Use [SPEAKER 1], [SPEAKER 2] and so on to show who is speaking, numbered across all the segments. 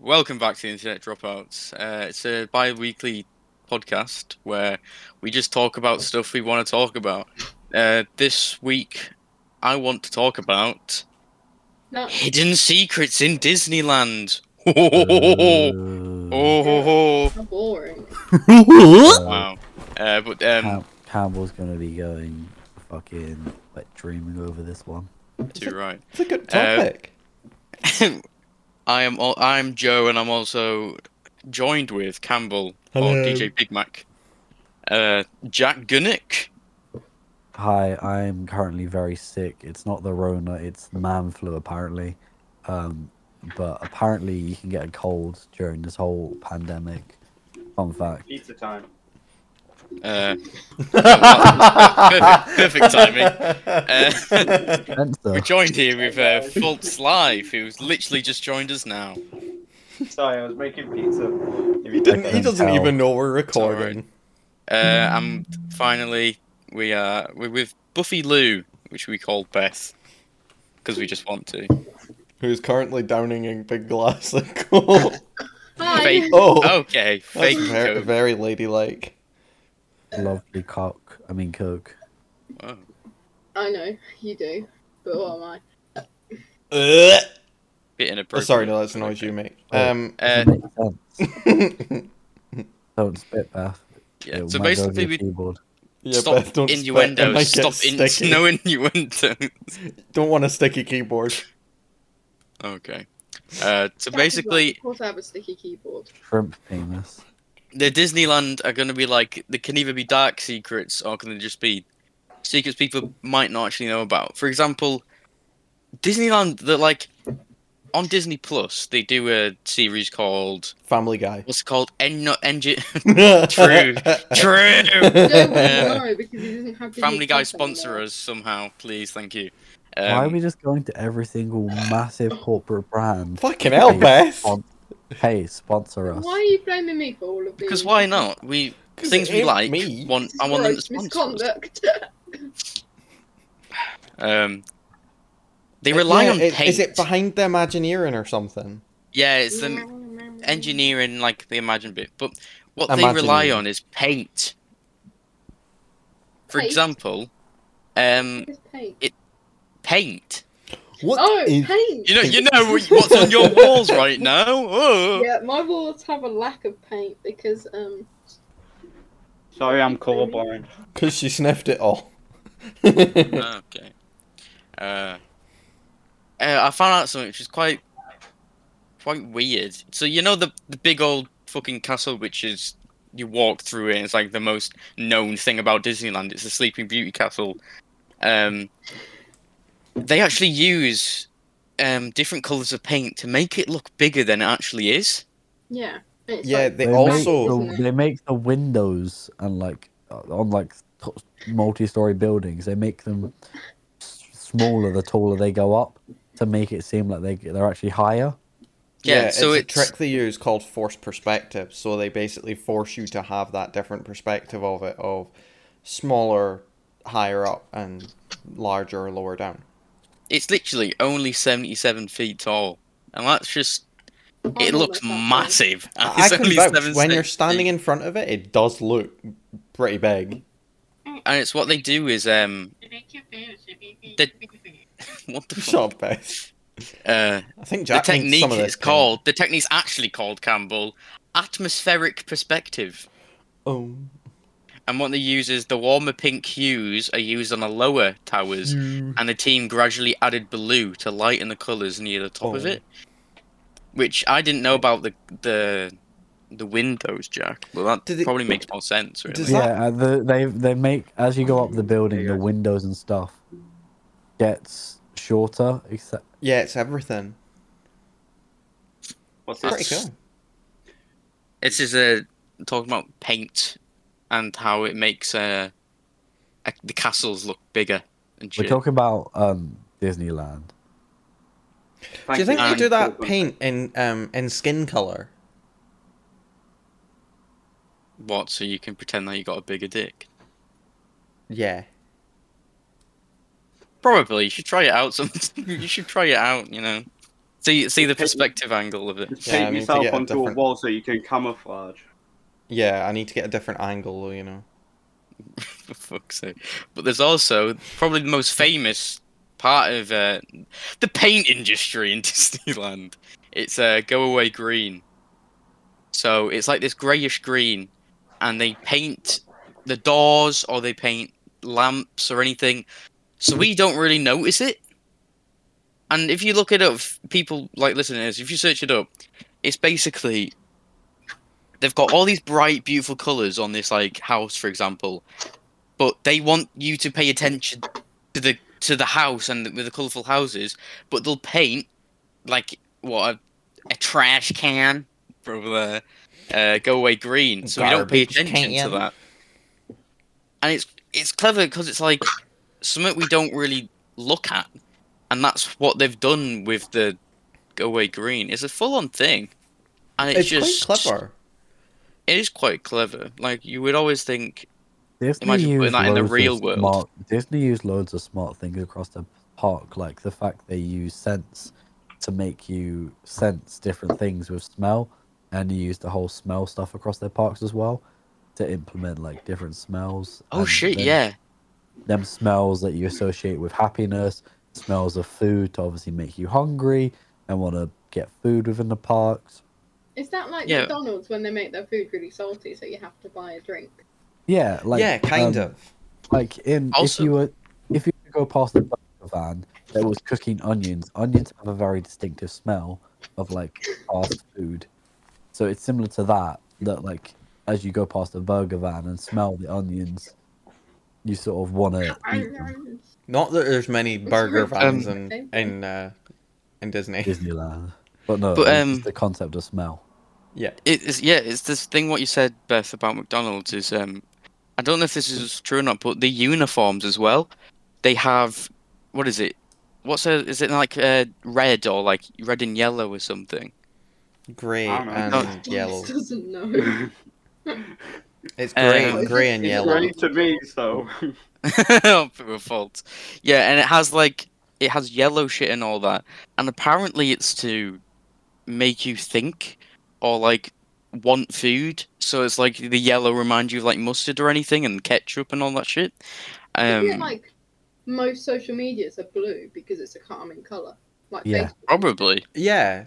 [SPEAKER 1] Welcome back to the Internet Dropouts. Uh, it's a bi weekly podcast where we just talk about stuff we want to talk about. Uh, this week, I want to talk about
[SPEAKER 2] No.
[SPEAKER 1] hidden secrets in Disneyland.
[SPEAKER 3] Uh,
[SPEAKER 1] Oh, ho, ho.
[SPEAKER 2] How boring.
[SPEAKER 1] wow. Uh, but um,
[SPEAKER 3] Cam- Campbell's gonna be going fucking like dreaming over this one.
[SPEAKER 1] too right.
[SPEAKER 4] It's a good
[SPEAKER 1] Uh,
[SPEAKER 4] topic.
[SPEAKER 1] I am al- I'm Joe, and I'm also joined with Campbell or
[SPEAKER 4] Hello.
[SPEAKER 1] DJ Big Mac, uh, Jack Gunnick,
[SPEAKER 3] Hi, I'm currently very sick. It's not the Rona, it's man flu apparently. Um, but apparently you can get a cold during this whole pandemic. Fun fact.
[SPEAKER 5] Pizza time.
[SPEAKER 1] uh, perfect, perfect timing. Uh, We're
[SPEAKER 3] Spencer,
[SPEAKER 1] joined here with uh, Fultz Live, who's literally just joined us now.
[SPEAKER 5] Sorry, I was making pizza. If you
[SPEAKER 4] Didn't-
[SPEAKER 5] didn't,
[SPEAKER 4] he
[SPEAKER 3] Fucking
[SPEAKER 4] doesn't
[SPEAKER 3] hell.
[SPEAKER 4] even know we're recording.
[SPEAKER 1] Uh, and finally, we are we're with Buffy Lou, which we call Beth, because we just want to.
[SPEAKER 4] Who's currently downing a big glass of coke.
[SPEAKER 2] Hi.
[SPEAKER 1] Fake.
[SPEAKER 4] Oh,
[SPEAKER 1] Okay,
[SPEAKER 4] that's
[SPEAKER 1] fake
[SPEAKER 4] very,
[SPEAKER 1] coke.
[SPEAKER 4] very ladylike.
[SPEAKER 3] lovely cock. I mean coke.
[SPEAKER 1] Wow.
[SPEAKER 2] I know you do, but what am I?
[SPEAKER 4] Ugh.
[SPEAKER 1] Bit
[SPEAKER 4] Oh,
[SPEAKER 1] inappropriate.
[SPEAKER 4] sorry, no, that's a noise you make.
[SPEAKER 3] Oh.
[SPEAKER 4] Um,
[SPEAKER 1] Uh,
[SPEAKER 3] Doesn't make sense. Don't spit, Beth.
[SPEAKER 1] yeah.
[SPEAKER 3] It'll
[SPEAKER 1] So
[SPEAKER 3] might go over
[SPEAKER 1] basically,
[SPEAKER 3] your
[SPEAKER 1] we
[SPEAKER 3] keyboard.
[SPEAKER 4] yeah,
[SPEAKER 1] stop
[SPEAKER 4] Beth, don't
[SPEAKER 1] innuendos.
[SPEAKER 4] Spit,
[SPEAKER 1] stop in- no innuendos.
[SPEAKER 4] Don't want a sticky keyboard.
[SPEAKER 1] okay. Uh, so
[SPEAKER 2] Jack is
[SPEAKER 1] basically,
[SPEAKER 2] like, of course I have a sticky keyboard.
[SPEAKER 3] Shrimp penis.
[SPEAKER 1] the Disneyland are going to be like they can either be dark secrets or can they just be secrets people might not actually know about. For example, Disneyland that like on Disney Plus they do a series called
[SPEAKER 4] Family Guy.
[SPEAKER 1] what's it called En- not Engine
[SPEAKER 4] True.
[SPEAKER 1] True
[SPEAKER 2] No, no, because he doesn't have.
[SPEAKER 1] Family Guy sponsor us somehow, please, thank you. Um,
[SPEAKER 3] Why are we just going to every single massive corporate brand?
[SPEAKER 4] Fucking hell,
[SPEAKER 3] Hey,
[SPEAKER 4] Beth.
[SPEAKER 3] spon- Hey, sponsor us.
[SPEAKER 2] Why are you blaming me for all of these?
[SPEAKER 1] Because why not? We
[SPEAKER 4] 'Cause
[SPEAKER 1] things
[SPEAKER 4] it
[SPEAKER 1] we
[SPEAKER 4] ain't
[SPEAKER 1] like
[SPEAKER 4] me.
[SPEAKER 1] want I want them to
[SPEAKER 2] Gross
[SPEAKER 1] sponsor. us.
[SPEAKER 2] misconduct.
[SPEAKER 1] Um, they rely
[SPEAKER 4] Yeah,
[SPEAKER 1] on
[SPEAKER 4] it-
[SPEAKER 1] paint.
[SPEAKER 4] Is it behind the Imagineering or something?
[SPEAKER 1] Yeah, it's them engineering like the imagine bit but what they rely
[SPEAKER 4] Imagineering.
[SPEAKER 1] on is paint for
[SPEAKER 2] Paint?
[SPEAKER 1] example um
[SPEAKER 2] It's paint.
[SPEAKER 1] paint
[SPEAKER 4] What?
[SPEAKER 2] Oh,
[SPEAKER 4] is-
[SPEAKER 2] paint.
[SPEAKER 1] you know you know what's on your walls right now oh.
[SPEAKER 2] Yeah, my walls have a lack of paint because um.
[SPEAKER 5] Sorry, I'm colorblind.
[SPEAKER 4] Because she sniffed it all.
[SPEAKER 1] Ah, okay uh, uh i found out something which is quite quite weird so you know the the big old fucking castle which is you walk through it and it's like the most known thing about disneyland it's the sleeping beauty castle um, they actually use um, different colors of paint to make it look bigger than it actually is.
[SPEAKER 2] Yeah. It's
[SPEAKER 4] yeah,
[SPEAKER 2] like-
[SPEAKER 4] they
[SPEAKER 3] make
[SPEAKER 4] also.
[SPEAKER 3] the- they make the windows and like uh, on like t- multi-story buildings, they make them s- smaller the taller they go up to make it seem like they they're actually higher.
[SPEAKER 1] Yeah, so
[SPEAKER 4] it's,
[SPEAKER 1] it's
[SPEAKER 4] a trick they use called forced perspective. So they basically force you to have that different perspective of it, of smaller higher up and larger lower down.
[SPEAKER 1] It's literally only seventy-seven feet tall, and that's just
[SPEAKER 2] Oh, I
[SPEAKER 1] it
[SPEAKER 2] don't
[SPEAKER 1] looks
[SPEAKER 2] like that one.
[SPEAKER 1] massive. and
[SPEAKER 4] I
[SPEAKER 1] it's
[SPEAKER 4] I can
[SPEAKER 1] only
[SPEAKER 4] vouch,
[SPEAKER 1] 77
[SPEAKER 4] when you're
[SPEAKER 1] feet.
[SPEAKER 4] standing in front of it, it does look pretty big.
[SPEAKER 1] and it's what they do is um, what the fuck?
[SPEAKER 4] Shut up, Beth.
[SPEAKER 1] Uh,
[SPEAKER 4] I think
[SPEAKER 1] the
[SPEAKER 4] Jack needs
[SPEAKER 1] technique
[SPEAKER 4] some of
[SPEAKER 1] is
[SPEAKER 4] this
[SPEAKER 1] called the technique's actually called Campbell atmospheric perspective.
[SPEAKER 4] Oh.
[SPEAKER 1] And what they use is the warmer pink hues are used on the lower towers,
[SPEAKER 4] Mm.
[SPEAKER 1] and the team gradually added blue to lighten the colours near the top of
[SPEAKER 4] Oh.
[SPEAKER 1] it. Which I didn't know about the the the windows, Jack. Well, that
[SPEAKER 4] Did it-
[SPEAKER 1] probably makes more sense. Really.
[SPEAKER 4] Does Is that-
[SPEAKER 3] Yeah, uh, the, they they make as you go up the building, the windows and stuff gets shorter. Except
[SPEAKER 4] Yeah, it's everything.
[SPEAKER 5] What's
[SPEAKER 4] Pretty
[SPEAKER 5] this?
[SPEAKER 4] cool.
[SPEAKER 1] It's just uh, talking about paint and how it makes uh, uh, the castles look bigger and
[SPEAKER 3] we're
[SPEAKER 1] shit.
[SPEAKER 3] talking about um Disneyland.
[SPEAKER 4] Do you think
[SPEAKER 1] you.
[SPEAKER 4] they do that paint in um in skin color?
[SPEAKER 1] What? So you can pretend that you got a bigger dick.
[SPEAKER 4] Yeah.
[SPEAKER 1] Probably. You should try it out. Some. you should try it out. You know. See, see the perspective angle of it.
[SPEAKER 5] Just
[SPEAKER 4] Yeah, I
[SPEAKER 5] paint
[SPEAKER 4] need to
[SPEAKER 5] yourself
[SPEAKER 4] get a
[SPEAKER 5] onto a
[SPEAKER 4] different-
[SPEAKER 5] wall so you can camouflage.
[SPEAKER 4] Yeah, I need to get a different angle, you know.
[SPEAKER 1] For fuck's sake. But there's also probably the most famous part of uh, the paint industry in Disneyland. It's uh, go away green. So it's like this greyish green, and they paint the doors or they paint lamps or anything. So we don't really notice it. And if you look it up, people like listeners, if you search it up, it's basically they've got all these bright, beautiful colours on this like house, for example, but they want you to pay attention to the to the house and with the colourful houses, but they'll paint like what a, a trash can over there, uh, go away green, so we don't pay
[SPEAKER 4] Garbage
[SPEAKER 1] attention
[SPEAKER 4] can.
[SPEAKER 1] to that. And it's it's clever because it's like something we don't really look at, and that's what they've done with the go away green. It's a full on thing. And it's,
[SPEAKER 4] It's,
[SPEAKER 1] just
[SPEAKER 4] quite clever.
[SPEAKER 1] it is quite clever. Like you would always think,
[SPEAKER 3] Disney
[SPEAKER 1] Imagine putting
[SPEAKER 3] used
[SPEAKER 1] that in the
[SPEAKER 3] loads of
[SPEAKER 1] real world.
[SPEAKER 3] Smart, Disney used loads of smart things across the park, like the fact they use sense to make you sense different things with smell, and you use the whole smell stuff across their parks as well to implement like different smells.
[SPEAKER 1] "Oh
[SPEAKER 3] and
[SPEAKER 1] shit,
[SPEAKER 3] then
[SPEAKER 1] yeah,
[SPEAKER 3] Them smells that you associate with happiness, smells of food to obviously make you hungry and want to get food within the parks.
[SPEAKER 2] Is that like
[SPEAKER 1] Yeah.
[SPEAKER 2] McDonald's when they make their food really salty, so you have to buy a drink?
[SPEAKER 3] Yeah, like
[SPEAKER 4] yeah, kind
[SPEAKER 3] um,
[SPEAKER 4] of.
[SPEAKER 3] Like in
[SPEAKER 1] Also-
[SPEAKER 3] if you were if you were to go past the burger van that was cooking onions, onions have a very distinctive smell of like fast food. So it's similar to that, that like as you go past the burger van and smell the onions, you sort of wanna eat them.
[SPEAKER 4] Not that there's many burger
[SPEAKER 1] Um,
[SPEAKER 4] vans in in uh, in Disney.
[SPEAKER 3] Disneyland. But no,
[SPEAKER 1] But,
[SPEAKER 3] it's just
[SPEAKER 1] um,
[SPEAKER 3] the concept of smell.
[SPEAKER 4] Yeah,
[SPEAKER 1] it is. Yeah, it's this thing. What you said, Beth, about McDonald's is. Um, I don't know if this is true or not, but the uniforms as well. They have, what is it? What's a? Is it like uh, red or like red and yellow or something?
[SPEAKER 4] grey
[SPEAKER 5] I don't know.
[SPEAKER 1] No.
[SPEAKER 4] and Mm, yellow. Um,
[SPEAKER 2] doesn't know.
[SPEAKER 4] It's grey,
[SPEAKER 1] Um,
[SPEAKER 4] grey and
[SPEAKER 2] It's
[SPEAKER 4] yellow.
[SPEAKER 5] Right to me, so
[SPEAKER 1] I'll put a fault. Yeah, and it has like it has yellow shit and all that, and apparently it's to make you think or like want food. So it's like the yellow reminds you of like mustard or anything, and ketchup and all that shit.
[SPEAKER 2] I
[SPEAKER 1] Um,
[SPEAKER 2] feel like most social medias are blue because it's a calming color. Like
[SPEAKER 3] Yeah.
[SPEAKER 2] Facebook.
[SPEAKER 1] probably.
[SPEAKER 4] Yeah,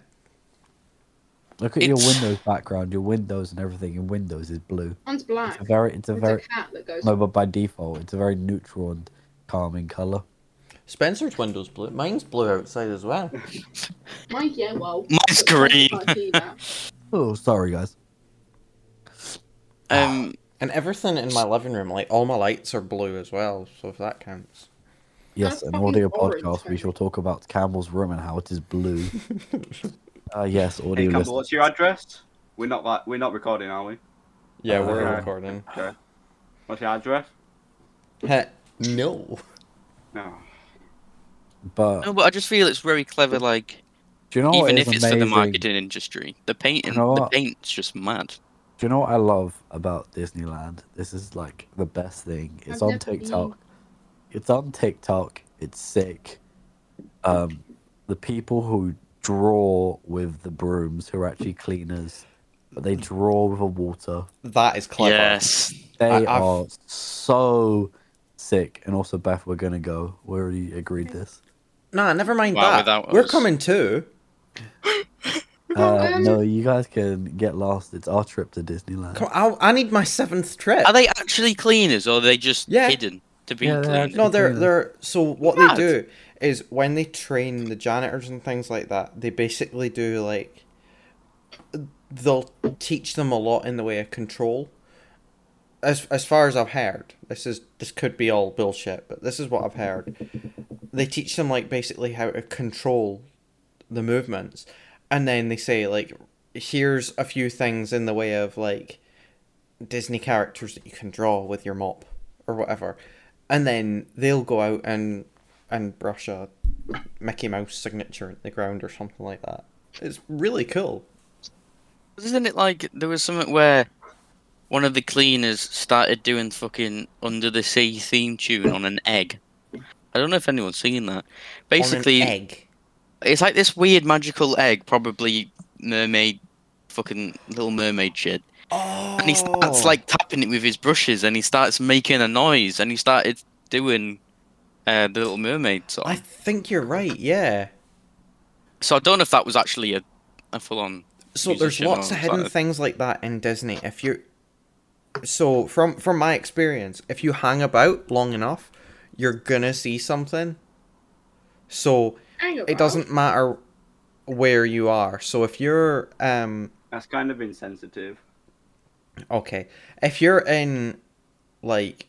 [SPEAKER 3] Look at
[SPEAKER 1] It's-
[SPEAKER 3] your Windows background, your windows and everything in Windows is blue.
[SPEAKER 2] One's black.
[SPEAKER 3] It's a very it's a
[SPEAKER 2] It's
[SPEAKER 3] very
[SPEAKER 2] a cat that goes.
[SPEAKER 3] no but by default it's a very neutral and calming colour.
[SPEAKER 4] Spencer's window's blue. Mine's blue outside as well.
[SPEAKER 2] My yellow.
[SPEAKER 1] Mine's green.
[SPEAKER 3] Oh sorry guys.
[SPEAKER 1] Um,
[SPEAKER 4] And everything in my living room, like all my lights are blue as well. So if that counts,
[SPEAKER 3] Yes,
[SPEAKER 2] That's
[SPEAKER 3] an
[SPEAKER 2] fucking
[SPEAKER 3] audio
[SPEAKER 2] orange,
[SPEAKER 3] podcast. We
[SPEAKER 2] Henry.
[SPEAKER 3] shall talk about Campbell's room and how it is blue. uh, yes,
[SPEAKER 5] hey,
[SPEAKER 3] audio.
[SPEAKER 5] Campbell,
[SPEAKER 3] listeners.
[SPEAKER 5] what's your address? We're not like, we're not recording, are we?
[SPEAKER 4] yeah,
[SPEAKER 3] Uh,
[SPEAKER 4] we're
[SPEAKER 5] okay.
[SPEAKER 4] recording.
[SPEAKER 5] Okay. What's your address?
[SPEAKER 4] Heh, no.
[SPEAKER 5] No.
[SPEAKER 3] But
[SPEAKER 1] no, but I just feel it's very clever. Like
[SPEAKER 3] do you know what
[SPEAKER 1] Oh, even
[SPEAKER 3] is
[SPEAKER 1] if it's for the
[SPEAKER 3] amazing?
[SPEAKER 1] marketing industry, the painting,
[SPEAKER 3] You know
[SPEAKER 1] the
[SPEAKER 3] what?
[SPEAKER 1] paint's just mad.
[SPEAKER 3] Do you know what I love about Disneyland? This is like the best thing. It's
[SPEAKER 2] I've
[SPEAKER 3] on
[SPEAKER 2] never been.
[SPEAKER 3] TikTok. It's on TikTok. It's sick. Um, the people who draw with the brooms, who are actually cleaners, but they draw with a water.
[SPEAKER 4] That is clever.
[SPEAKER 1] Yes,
[SPEAKER 3] They
[SPEAKER 4] I- I've-
[SPEAKER 3] are so sick. And also, Beth, we're gonna go. We already agreed this.
[SPEAKER 4] Nah, never mind
[SPEAKER 1] Wow,
[SPEAKER 4] that.
[SPEAKER 1] without
[SPEAKER 4] We're
[SPEAKER 1] us.
[SPEAKER 4] coming too.
[SPEAKER 3] Uh,
[SPEAKER 4] Oh,
[SPEAKER 2] Um,
[SPEAKER 3] no, you guys can get lost. It's our trip to Disneyland.
[SPEAKER 4] Come, I, I need my seventh trip.
[SPEAKER 1] are they actually cleaners or are they just
[SPEAKER 4] Yeah.
[SPEAKER 1] hidden to be
[SPEAKER 3] Yeah, they're
[SPEAKER 1] cleaners?
[SPEAKER 4] No, they're
[SPEAKER 3] Yeah.
[SPEAKER 4] they're so what
[SPEAKER 1] Mad.
[SPEAKER 4] they do is when they train the janitors and things like that, they basically do like they'll teach them a lot in the way of control. As as far as I've heard, this is this could be all bullshit, but this is what I've heard. They teach them like basically how to control the movements, and then they say like, here's a few things in the way of like Disney characters that you can draw with your mop or whatever, and then they'll go out and and brush a Mickey Mouse signature in the ground or something like that. It's really cool.
[SPEAKER 1] Isn't it like there was something where one of the cleaners started doing fucking Under the Sea theme tune on an egg? I don't know if anyone's seen that.
[SPEAKER 4] On an
[SPEAKER 1] Basically,
[SPEAKER 4] egg.
[SPEAKER 1] It's like this weird magical egg, probably mermaid, fucking Little Mermaid shit.
[SPEAKER 4] Oh,
[SPEAKER 1] And he starts like tapping it with his brushes, and he starts making a noise, and he started doing uh, the Little Mermaid song.
[SPEAKER 4] I think you're right. Yeah.
[SPEAKER 1] So I don't know if that was actually a, a full-on.
[SPEAKER 4] So there's
[SPEAKER 1] musician
[SPEAKER 4] lots
[SPEAKER 1] or
[SPEAKER 4] of hidden
[SPEAKER 1] was that
[SPEAKER 4] things like that in Disney. If you, so from from my experience, if you hang about long enough, you're gonna see something. So
[SPEAKER 2] Hang
[SPEAKER 4] it doesn't matter where you are. So if you're um
[SPEAKER 5] That's kind of insensitive.
[SPEAKER 4] Okay. If you're in, like,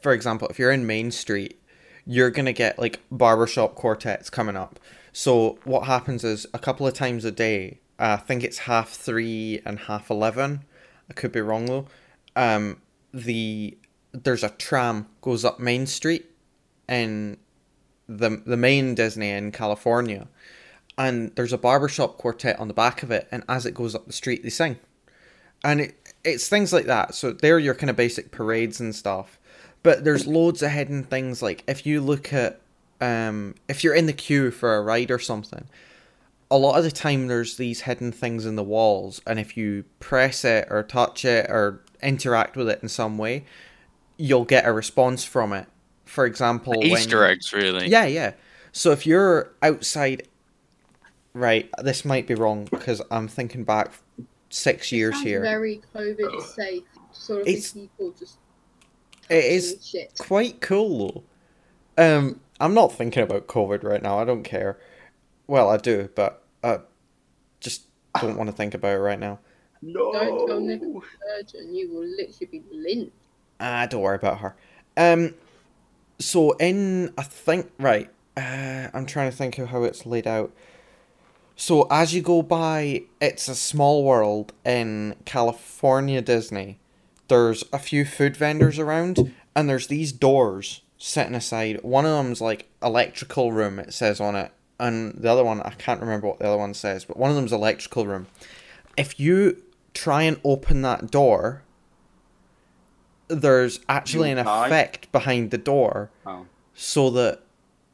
[SPEAKER 4] for example, if you're in Main Street, you're going to get, like, barbershop quartets coming up. So what happens is a couple of times a day, I think it's half three and half eleven. I could be wrong though. Um, the there's a tram goes up Main Street in the the main Disney in California, and there's a barbershop quartet on the back of it. And as it goes up the street, they sing and it, it's things like that. So they're your kind of basic parades and stuff. But there's loads of hidden things like if you look at um if you're in the queue for a ride or something, a lot of the time there's these hidden things in the walls, and if you press it or touch it or interact with it in some way, you'll get a response from it. For example, when-
[SPEAKER 1] Easter eggs, really.
[SPEAKER 4] yeah, yeah. So if you're outside, right? This might be wrong because I'm thinking back six years here.
[SPEAKER 2] Very COVID safe. Sort of
[SPEAKER 4] It's-
[SPEAKER 2] people just
[SPEAKER 4] It is
[SPEAKER 2] shit.
[SPEAKER 4] quite cool though. Um, I'm not thinking about COVID right now. I don't care. Well, I do, but I just don't want to think about it right now.
[SPEAKER 5] No.
[SPEAKER 2] Don't tell Nick Surgeon, you will literally be lynched.
[SPEAKER 4] Ah, don't worry about her. Um, so in I think right. Uh, I'm trying to think of how it's laid out. So as you go by, it's a small world in California Disney. There's a few food vendors around, and there's these doors sitting aside. One of them's like electrical room. It says on it, and the other one I can't remember what the other one says, but one of them's electrical room. If you try and open that door, there's actually
[SPEAKER 5] You
[SPEAKER 4] an
[SPEAKER 5] die.
[SPEAKER 4] effect behind the door
[SPEAKER 5] Oh.
[SPEAKER 4] so that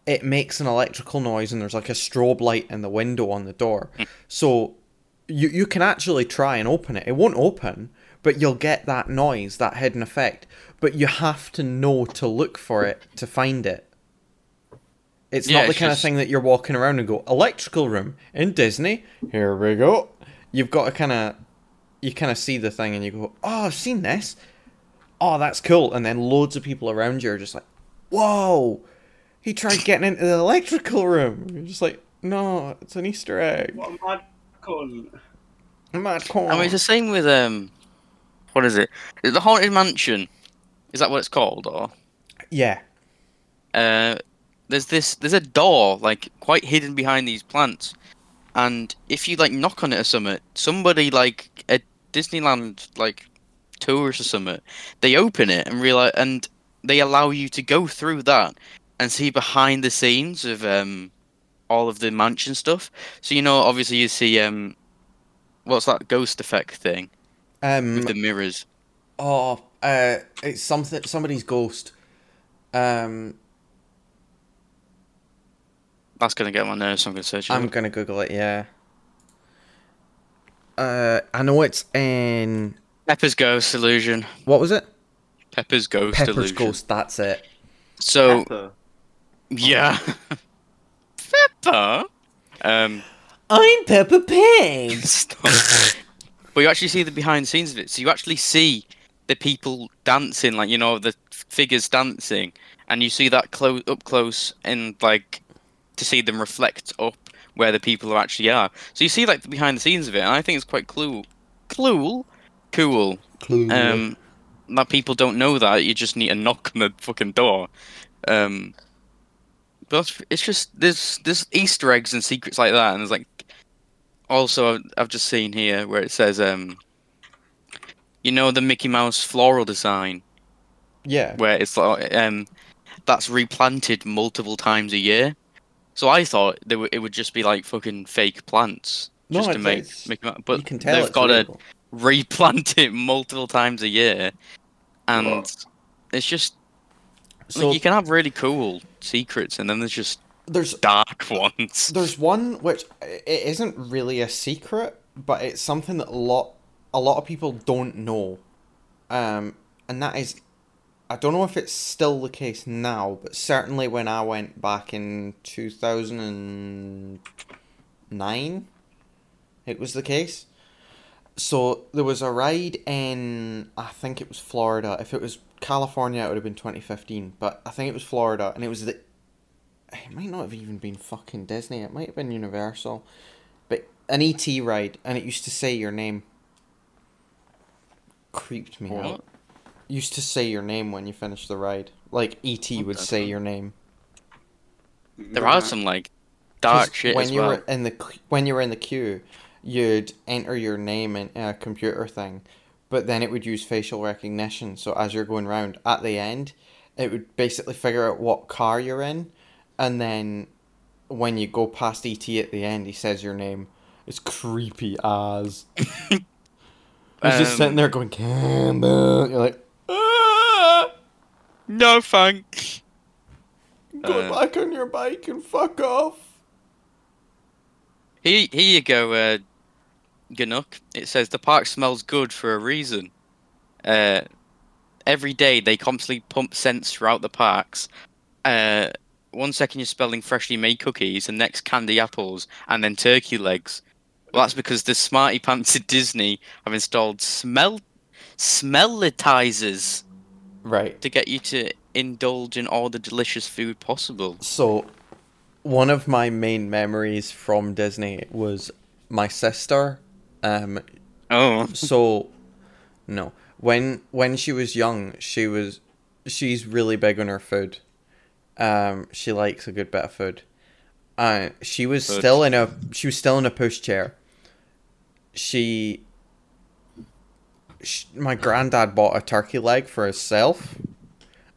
[SPEAKER 4] it makes an electrical noise and there's like a strobe light in the window on the door.
[SPEAKER 1] Hmm.
[SPEAKER 4] so you you can actually try and open it. It won't open, but you'll get that noise, that hidden effect. But you have to know to look for it to find it. It's
[SPEAKER 1] Yeah,
[SPEAKER 4] not the
[SPEAKER 1] it's
[SPEAKER 4] kind
[SPEAKER 1] just-
[SPEAKER 4] of thing that you're walking around and go electrical room in Disney. Here we go. You've got to kind of you kind of see the thing and you go, "Oh, I've seen this. Oh, that's cool." And then loads of people around you are just like, "Whoa!" He tried getting into the electrical room. You're just like, "No, it's an Easter egg."
[SPEAKER 5] What a mad cunt.
[SPEAKER 4] Mad
[SPEAKER 1] I mean, it's the same with um, what is it? Is it the Haunted Mansion? Is that what it's called? Or
[SPEAKER 4] Yeah.
[SPEAKER 1] uh, there's this there's a door like quite hidden behind these plants, and if you like knock on it or something, somebody like a Disneyland like tourist or something, they open it and realize and they allow you to go through that and see behind the scenes of um all of the mansion stuff. So you know, obviously you see um, what's that ghost effect thing
[SPEAKER 4] Um.
[SPEAKER 1] with the mirrors?
[SPEAKER 4] Oh. Uh. It's something. Somebody's ghost. Um.
[SPEAKER 1] That's gonna get on my nerves. So I'm gonna search it.
[SPEAKER 4] I'm
[SPEAKER 1] up.
[SPEAKER 4] gonna Google it. Yeah. Uh. I know it's in.
[SPEAKER 1] Pepper's ghost illusion.
[SPEAKER 4] What was it?
[SPEAKER 1] Pepper's ghost
[SPEAKER 4] Pepper's
[SPEAKER 1] illusion.
[SPEAKER 4] ghost. That's it.
[SPEAKER 1] So
[SPEAKER 5] Pepper.
[SPEAKER 1] yeah, Pepper. Um,
[SPEAKER 4] I'm Peppa Pig.
[SPEAKER 1] stop. but you actually see the behind the scenes of it. So you actually see the people dancing, like you know the figures dancing, and you see that close up close and like to see them reflect up where the people are actually are. So you see like the behind the scenes of it, and I think it's quite cool, cool, cool.
[SPEAKER 4] Clue.
[SPEAKER 1] Um, that people don't know that you just need to knock on the fucking door. Um, but it's just there's there's Easter eggs and secrets like that, and there's like also I've, I've just seen here where it says um, you know the Mickey Mouse floral design
[SPEAKER 4] yeah.
[SPEAKER 1] where it's like um, that's replanted multiple times a year. So I thought they were, it would just be like fucking fake plants
[SPEAKER 4] No,
[SPEAKER 1] just to
[SPEAKER 4] it's-
[SPEAKER 1] make
[SPEAKER 4] it's-
[SPEAKER 1] Mickey Mouse,
[SPEAKER 4] you
[SPEAKER 1] but
[SPEAKER 4] can tell
[SPEAKER 1] they've
[SPEAKER 4] it's
[SPEAKER 1] got a
[SPEAKER 4] illegal.
[SPEAKER 1] replant it multiple times a year, and it's just like,
[SPEAKER 4] So
[SPEAKER 1] you can have really cool secrets, and then there's just
[SPEAKER 4] There's
[SPEAKER 1] dark ones.
[SPEAKER 4] There's one which i- it isn't really a secret, but it's something that a lot a lot of people don't know, um, and that is, I don't know if it's still the case now, but certainly when I went back in two thousand and nine, it was the case. So there was a ride in I think it was Florida. If it was California, it would have been twenty fifteen, but I think it was Florida, and it was the it might not have even been fucking Disney. It might have been Universal, but an ET ride, and it used to say your name. Creeped me out.
[SPEAKER 1] What?
[SPEAKER 4] Used to say your name when you finished the ride. Like ET would
[SPEAKER 1] the
[SPEAKER 4] say
[SPEAKER 1] fuck?
[SPEAKER 4] your name.
[SPEAKER 1] There are some like
[SPEAKER 4] 'Cause
[SPEAKER 1] dark shit
[SPEAKER 4] when
[SPEAKER 1] as
[SPEAKER 4] you
[SPEAKER 1] well.
[SPEAKER 4] were in the qu- when you were in the queue, you'd enter your name in a computer thing, but then it would use facial recognition. So as you're going round at the end, it would basically figure out what car you're in, and then when you go past ET at the end, he says your name. It's creepy as. He's just
[SPEAKER 1] Um,
[SPEAKER 4] sitting there going, Campbell. You're like,
[SPEAKER 1] Ah! No thanks.
[SPEAKER 4] go
[SPEAKER 1] Uh,
[SPEAKER 4] back on your bike and fuck off.
[SPEAKER 1] Here, here you go, uh, Ganook. It says the park smells good for a reason. Uh, every day they constantly pump scents throughout the parks. Uh, one second you're smelling freshly made cookies, the next candy apples, and then turkey legs. Well, that's because the smarty pants at Disney have installed smell smellitizers
[SPEAKER 4] Right.
[SPEAKER 1] to get you to indulge in all the delicious food possible.
[SPEAKER 4] So, one of my main memories from Disney was my sister. Um,
[SPEAKER 1] Oh,
[SPEAKER 4] so no, when when she was young, she was she's really big on her food. Um, she likes a good bit of food. Uh, she was
[SPEAKER 1] Food.
[SPEAKER 4] still in a she was still in a pushchair. She, sh my granddad bought a turkey leg for himself,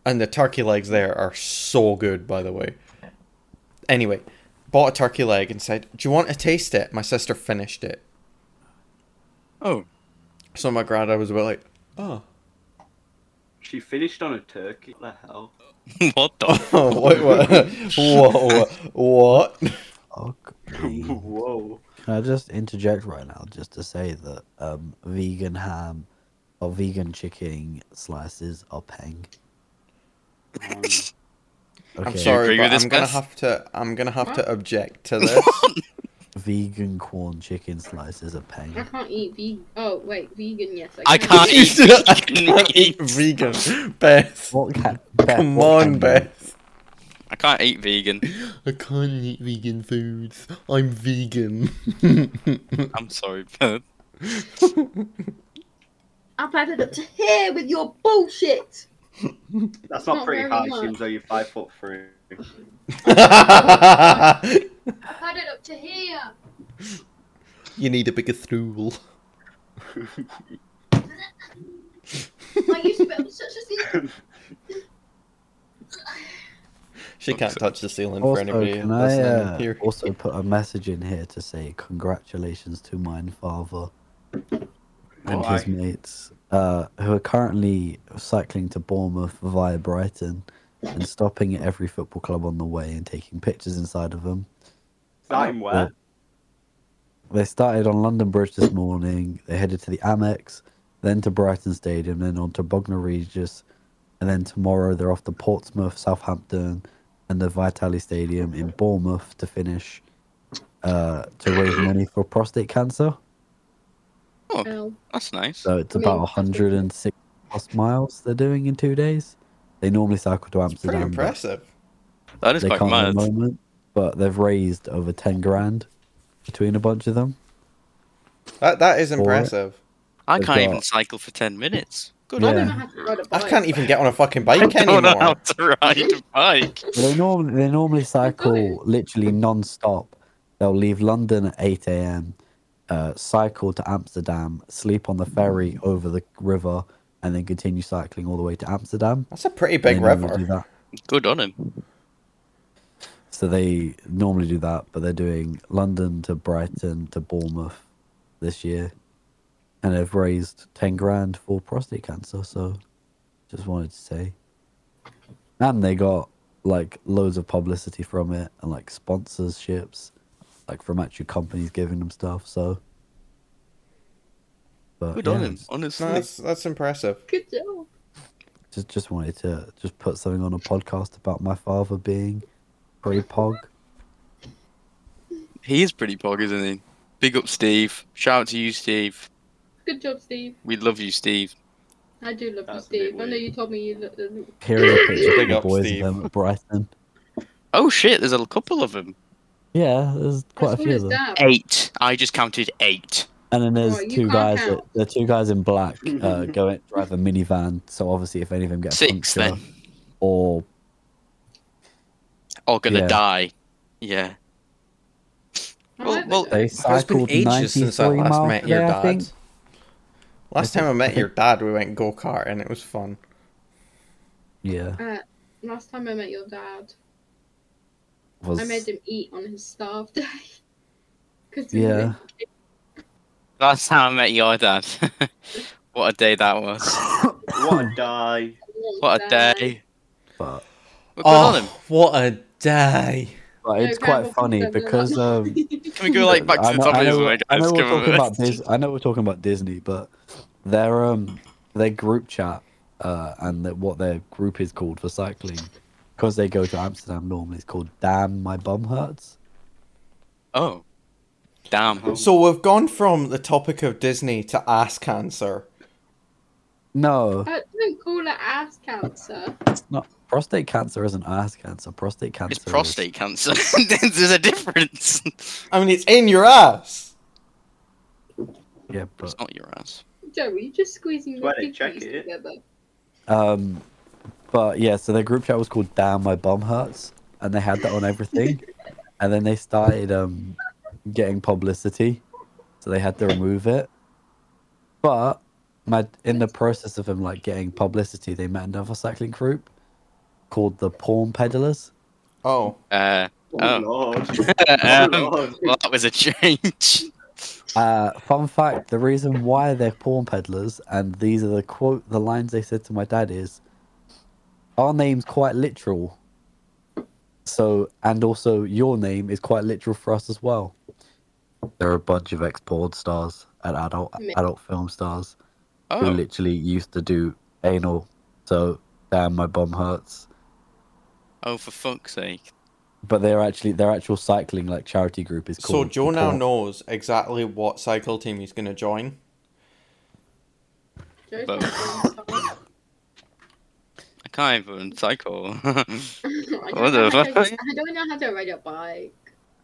[SPEAKER 4] and the turkey legs there are so good, by the way. Anyway, bought a turkey leg and said, "Do you want to taste it?" My sister finished it.
[SPEAKER 1] oh,
[SPEAKER 4] So my granddad was a bit like, "Oh,
[SPEAKER 5] She finished on a turkey. What the hell?
[SPEAKER 1] what the?
[SPEAKER 4] Oh, what, what, what, what, what?
[SPEAKER 3] Oh,
[SPEAKER 5] Whoa.
[SPEAKER 3] Can I just interject right now just to say that um, vegan ham or vegan chicken slices are peng?
[SPEAKER 5] Um,
[SPEAKER 3] Okay.
[SPEAKER 4] I'm
[SPEAKER 1] Do
[SPEAKER 4] sorry,
[SPEAKER 1] you agree
[SPEAKER 4] but
[SPEAKER 1] with this,
[SPEAKER 4] I'm gonna
[SPEAKER 1] Beth?
[SPEAKER 4] have to. I'm gonna have to object to this.
[SPEAKER 3] Vegan corn chicken slices are peng.
[SPEAKER 2] I can't eat vegan. Oh wait, vegan. Yes,
[SPEAKER 1] I can't
[SPEAKER 4] You
[SPEAKER 1] eat
[SPEAKER 4] said I
[SPEAKER 1] chicken
[SPEAKER 4] can't eat
[SPEAKER 1] wings.
[SPEAKER 4] vegan, Beth.
[SPEAKER 3] What can?
[SPEAKER 4] Come on, Beth.
[SPEAKER 1] I can't eat vegan.
[SPEAKER 4] I can't eat vegan foods. I'm vegan.
[SPEAKER 1] I'm sorry, but
[SPEAKER 2] I've had it up to here with your bullshit.
[SPEAKER 5] That's
[SPEAKER 2] Not
[SPEAKER 5] not pretty
[SPEAKER 2] very
[SPEAKER 5] high,
[SPEAKER 2] much.
[SPEAKER 5] seems though you're five foot three.
[SPEAKER 2] I've had it up to here.
[SPEAKER 4] you need a bigger stool.
[SPEAKER 2] I used to be able to touch this.
[SPEAKER 4] She can't touch the ceiling for
[SPEAKER 3] Also,
[SPEAKER 4] anybody
[SPEAKER 3] can I
[SPEAKER 4] listening
[SPEAKER 3] uh,
[SPEAKER 4] here.
[SPEAKER 3] also put a message in here to say congratulations to mine father and
[SPEAKER 5] Why?
[SPEAKER 3] his mates, uh, who are currently cycling to Bournemouth via Brighton and stopping at every football club on the way and taking pictures inside of them.
[SPEAKER 5] Starting where?
[SPEAKER 3] They started on London Bridge this morning. They headed to the Amex, then to Brighton Stadium, then on to Bognor Regis, and then tomorrow they're off to Portsmouth, Southampton, and the Vitali Stadium in Bournemouth to finish uh, to raise money for prostate cancer.
[SPEAKER 2] Oh,
[SPEAKER 1] that's nice.
[SPEAKER 3] So it's
[SPEAKER 2] I mean,
[SPEAKER 3] about
[SPEAKER 2] that's good.
[SPEAKER 3] 106 plus miles they're doing in two days. They normally cycle to
[SPEAKER 4] It's pretty
[SPEAKER 3] Amsterdam. but
[SPEAKER 4] impressive.
[SPEAKER 1] That is
[SPEAKER 3] they
[SPEAKER 1] quite
[SPEAKER 3] can't
[SPEAKER 1] mad.
[SPEAKER 3] at the moment, but they've raised over 10 grand between a bunch of them.
[SPEAKER 4] That that is
[SPEAKER 3] Or-
[SPEAKER 4] impressive.
[SPEAKER 1] I
[SPEAKER 3] They've
[SPEAKER 1] can't even
[SPEAKER 3] got-
[SPEAKER 1] cycle for ten minutes. Good.
[SPEAKER 2] I
[SPEAKER 3] Yeah.
[SPEAKER 2] don't know how to ride a
[SPEAKER 4] I
[SPEAKER 2] bike.
[SPEAKER 4] can't even get on a fucking bike
[SPEAKER 1] I don't
[SPEAKER 4] anymore.
[SPEAKER 1] know how to ride a bike.
[SPEAKER 3] They normally they normally
[SPEAKER 2] doing?
[SPEAKER 3] cycle literally non-stop. They'll leave London at eight a.m., uh, cycle to Amsterdam, sleep on the ferry over the river, and then continue cycling all the way to Amsterdam.
[SPEAKER 4] That's a pretty
[SPEAKER 3] They
[SPEAKER 4] big
[SPEAKER 3] normally
[SPEAKER 4] river.
[SPEAKER 3] do that.
[SPEAKER 1] Good on him.
[SPEAKER 3] So they normally do that, but they're doing London to Brighton to Bournemouth this year, and they've raised ten grand for prostate cancer. So, just wanted to say, and they got like loads of publicity from it and like sponsorships, like from actual companies giving them stuff. So, but
[SPEAKER 1] Good
[SPEAKER 3] yeah,
[SPEAKER 1] on him,
[SPEAKER 3] just-
[SPEAKER 1] honestly.
[SPEAKER 4] No, that's that's impressive.
[SPEAKER 2] Good job.
[SPEAKER 3] Just just wanted to just put something on a podcast about my father being pretty pog.
[SPEAKER 1] He is pretty pog, isn't he? Big up, Steve. Shout out to you, Steve.
[SPEAKER 2] Good job, Steve.
[SPEAKER 1] We love you, Steve.
[SPEAKER 2] I do love
[SPEAKER 5] That's a
[SPEAKER 2] you,
[SPEAKER 5] bit
[SPEAKER 2] Steve. I know
[SPEAKER 5] weird.
[SPEAKER 2] you told me you uh, looked at me.
[SPEAKER 3] Here's a picture of
[SPEAKER 4] Big
[SPEAKER 3] the
[SPEAKER 4] up,
[SPEAKER 3] boys
[SPEAKER 4] Steve.
[SPEAKER 3] of them at Brighton.
[SPEAKER 1] Oh shit, there's a couple of them.
[SPEAKER 3] Yeah, there's quite a few of them.
[SPEAKER 1] Eight. I just counted eight.
[SPEAKER 3] And then there's
[SPEAKER 2] Right, you
[SPEAKER 3] two
[SPEAKER 2] can't
[SPEAKER 3] guys. That,
[SPEAKER 2] count.
[SPEAKER 3] the two guys in black uh, go and drive a minivan. So obviously, if any of them get a
[SPEAKER 1] Six
[SPEAKER 3] puncture
[SPEAKER 1] then.
[SPEAKER 3] or
[SPEAKER 1] Or gonna
[SPEAKER 3] Yeah.
[SPEAKER 1] die. Yeah. Well- well,
[SPEAKER 3] they
[SPEAKER 4] It's been
[SPEAKER 3] cycled
[SPEAKER 4] ages
[SPEAKER 3] ninety
[SPEAKER 4] since I
[SPEAKER 3] three
[SPEAKER 4] last
[SPEAKER 3] miles
[SPEAKER 4] met
[SPEAKER 3] today,
[SPEAKER 4] your
[SPEAKER 3] I think.
[SPEAKER 4] dad. Last time I met your dad, we went go kart and it was fun.
[SPEAKER 3] Yeah,
[SPEAKER 2] uh, last time I met your dad,
[SPEAKER 3] was
[SPEAKER 2] I made him eat on his starve day. Cause he
[SPEAKER 3] yeah.
[SPEAKER 2] didn't-
[SPEAKER 1] Last time I met your dad. what a day that was.
[SPEAKER 5] What a die.
[SPEAKER 2] want
[SPEAKER 1] What a
[SPEAKER 2] that.
[SPEAKER 1] day.
[SPEAKER 3] But,
[SPEAKER 1] Well, good on him.
[SPEAKER 4] Oh, what a day!
[SPEAKER 3] but
[SPEAKER 2] No,
[SPEAKER 3] it's
[SPEAKER 2] Grandma
[SPEAKER 3] quite funny
[SPEAKER 2] picked them
[SPEAKER 3] because
[SPEAKER 2] up.
[SPEAKER 3] um,
[SPEAKER 1] Can we go like back to the
[SPEAKER 3] know-
[SPEAKER 1] top of
[SPEAKER 3] I
[SPEAKER 1] this
[SPEAKER 3] know-
[SPEAKER 1] one,
[SPEAKER 3] I know
[SPEAKER 1] guys?
[SPEAKER 3] we're
[SPEAKER 1] Give him
[SPEAKER 3] talking
[SPEAKER 1] a-
[SPEAKER 3] about Dis- I know we're talking about Disney, but their um their group chat uh and the, what their group is called for cycling because they go to Amsterdam normally. It's called "Damn My Bum Hurts."
[SPEAKER 1] Oh. Damn.
[SPEAKER 5] Oh,
[SPEAKER 4] So we've gone from the topic of Disney to ass cancer.
[SPEAKER 3] No,
[SPEAKER 2] Uh, don't call it ass cancer.
[SPEAKER 3] it's not. Prostate cancer isn't ass cancer. Prostate cancer.
[SPEAKER 1] It's
[SPEAKER 3] is-
[SPEAKER 1] prostate cancer. There's a difference. it's
[SPEAKER 4] I mean, it's in your ass.
[SPEAKER 3] Yeah, but
[SPEAKER 1] not your ass.
[SPEAKER 2] Joey, you're just squeezing your
[SPEAKER 5] Why they check
[SPEAKER 2] kidneys
[SPEAKER 5] it?
[SPEAKER 2] together.
[SPEAKER 3] um, but yeah. So their group chat was called "Damn My Bum Hurts," and they had that on everything, and then they started um getting publicity, so they had to remove it. But my in the process of them like getting publicity, they met another cycling group called the Porn Peddlers.
[SPEAKER 4] Oh,
[SPEAKER 1] Uh,
[SPEAKER 5] Oh,
[SPEAKER 1] Oh.
[SPEAKER 5] Lord.
[SPEAKER 1] um,
[SPEAKER 5] Oh, Lord.
[SPEAKER 1] well, that was a change.
[SPEAKER 3] Uh, fun fact: the reason why they're porn peddlers, and these are the quote, the lines they said to my dad is, "Our name's quite literal." So, and also your name is quite literal for us as well. There are a bunch of ex-porn stars and adult
[SPEAKER 2] Me-
[SPEAKER 3] adult film stars who
[SPEAKER 1] Oh,
[SPEAKER 3] literally used to do anal. So, damn, my bum hurts.
[SPEAKER 1] oh, for fuck's sake.
[SPEAKER 3] But they're actually their actual cycling like charity group is
[SPEAKER 4] so
[SPEAKER 3] called.
[SPEAKER 4] Joe
[SPEAKER 3] the
[SPEAKER 4] now
[SPEAKER 3] Porn-
[SPEAKER 4] knows exactly what cycle team he's going to join.
[SPEAKER 2] Joe's
[SPEAKER 1] But-
[SPEAKER 2] not doing time.
[SPEAKER 1] I can't even cycle.
[SPEAKER 2] I
[SPEAKER 1] What
[SPEAKER 2] don't
[SPEAKER 1] the
[SPEAKER 2] know how to-
[SPEAKER 1] fuck?
[SPEAKER 2] I don't know how to ride a bike.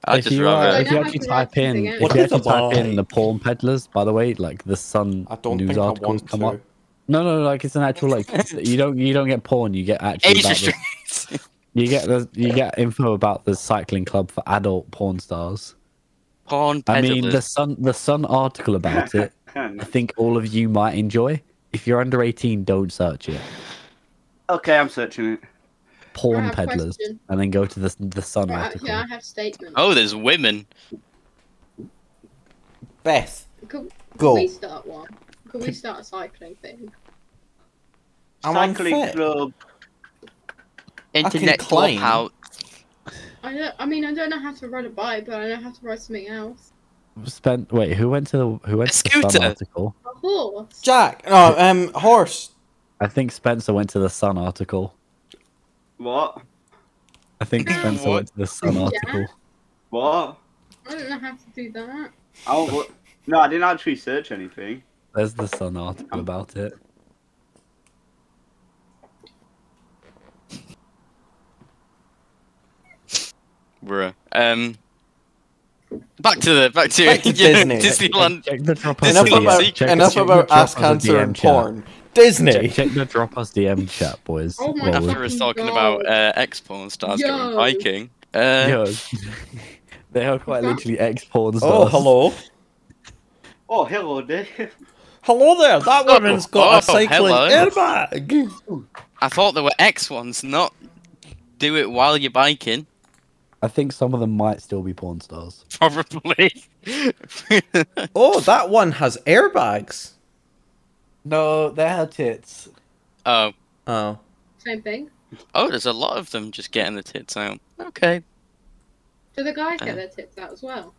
[SPEAKER 1] I'd
[SPEAKER 3] if
[SPEAKER 1] just
[SPEAKER 3] you,
[SPEAKER 1] rather.
[SPEAKER 3] uh, if
[SPEAKER 2] I
[SPEAKER 3] you
[SPEAKER 2] don't
[SPEAKER 3] actually
[SPEAKER 2] have
[SPEAKER 3] type
[SPEAKER 2] glasses
[SPEAKER 3] in,
[SPEAKER 2] again.
[SPEAKER 3] if
[SPEAKER 4] What
[SPEAKER 3] you
[SPEAKER 4] is a
[SPEAKER 3] actually type in
[SPEAKER 4] bike?
[SPEAKER 3] the porn peddlers, by the way, like the Sun
[SPEAKER 4] I don't
[SPEAKER 3] news
[SPEAKER 4] think I
[SPEAKER 3] articles
[SPEAKER 4] want
[SPEAKER 3] come
[SPEAKER 4] to.
[SPEAKER 3] up. No, no, no, like it's an actual like you don't you don't get porn, you get
[SPEAKER 1] Age
[SPEAKER 3] actually about the,
[SPEAKER 1] restricted.
[SPEAKER 3] you get the, you get info about the cycling club for adult porn stars.
[SPEAKER 1] Porn
[SPEAKER 3] I mean, the
[SPEAKER 1] peddlers.
[SPEAKER 3] Sun the Sun article about it. I think all of you might enjoy. If you're under eighteen, don't search it.
[SPEAKER 5] okay, I'm searching it.
[SPEAKER 2] I
[SPEAKER 3] Porn
[SPEAKER 2] have a
[SPEAKER 3] peddlers,
[SPEAKER 2] question.
[SPEAKER 3] and then go to the the Sun
[SPEAKER 2] Right,
[SPEAKER 3] article.
[SPEAKER 2] yeah, I have statements.
[SPEAKER 1] Oh, there's women.
[SPEAKER 4] Beth,
[SPEAKER 2] Can
[SPEAKER 4] go.
[SPEAKER 2] we start one? Can we start a cycling thing?
[SPEAKER 4] I'm
[SPEAKER 5] Cycling
[SPEAKER 4] unfit.
[SPEAKER 5] club.
[SPEAKER 1] Internet
[SPEAKER 4] climb.
[SPEAKER 1] clubhouse.
[SPEAKER 2] I don't. I mean, I don't know how to ride a bike, but I know how to ride something else.
[SPEAKER 3] Spent. Wait, who went to the who went to the Sun
[SPEAKER 1] scooter.
[SPEAKER 3] article?
[SPEAKER 2] A horse.
[SPEAKER 4] Jack, no, um, horse.
[SPEAKER 3] I think Spencer went to the Sun article.
[SPEAKER 5] What?
[SPEAKER 3] I think Spencer
[SPEAKER 1] What?
[SPEAKER 3] went to the Sun
[SPEAKER 2] Yeah.
[SPEAKER 3] article.
[SPEAKER 5] What?
[SPEAKER 2] I don't know how to do that.
[SPEAKER 5] Oh, what? No, I didn't actually search anything.
[SPEAKER 3] There's the Sun article about it.
[SPEAKER 1] Bruh. Um. Back to the back to,
[SPEAKER 4] Back to
[SPEAKER 1] yeah,
[SPEAKER 4] Disney.
[SPEAKER 1] Disneyland.
[SPEAKER 3] Check the drop us
[SPEAKER 4] Enough
[SPEAKER 1] Disney.
[SPEAKER 4] about
[SPEAKER 1] Check- check-
[SPEAKER 4] enough about ass cancer and porn. Disney.
[SPEAKER 3] Check, check the drop us DM chat, boys.
[SPEAKER 2] Oh my
[SPEAKER 3] Well,
[SPEAKER 2] God.
[SPEAKER 3] we-
[SPEAKER 1] After us talking about uh, ex porn stars going
[SPEAKER 2] Yo.
[SPEAKER 1] biking. Uh,
[SPEAKER 3] Yo, they are quite literally ex porn stars.
[SPEAKER 4] Oh, hello.
[SPEAKER 5] Oh, hello, Dave.
[SPEAKER 4] Hello there. That
[SPEAKER 1] Oh,
[SPEAKER 4] woman's got a
[SPEAKER 1] oh,
[SPEAKER 4] cycling
[SPEAKER 1] hello.
[SPEAKER 4] airbag.
[SPEAKER 1] I thought there were X ones, not do it while you're biking.
[SPEAKER 3] I think some of them might still be porn stars.
[SPEAKER 1] Probably.
[SPEAKER 4] Oh, that one has airbags.
[SPEAKER 3] No, they're her tits.
[SPEAKER 1] oh,
[SPEAKER 4] Oh.
[SPEAKER 2] Same thing.
[SPEAKER 1] Oh, there's a lot of them just getting the tits out. Okay,
[SPEAKER 2] Do the guys
[SPEAKER 1] Uh.
[SPEAKER 2] get their tits out as well?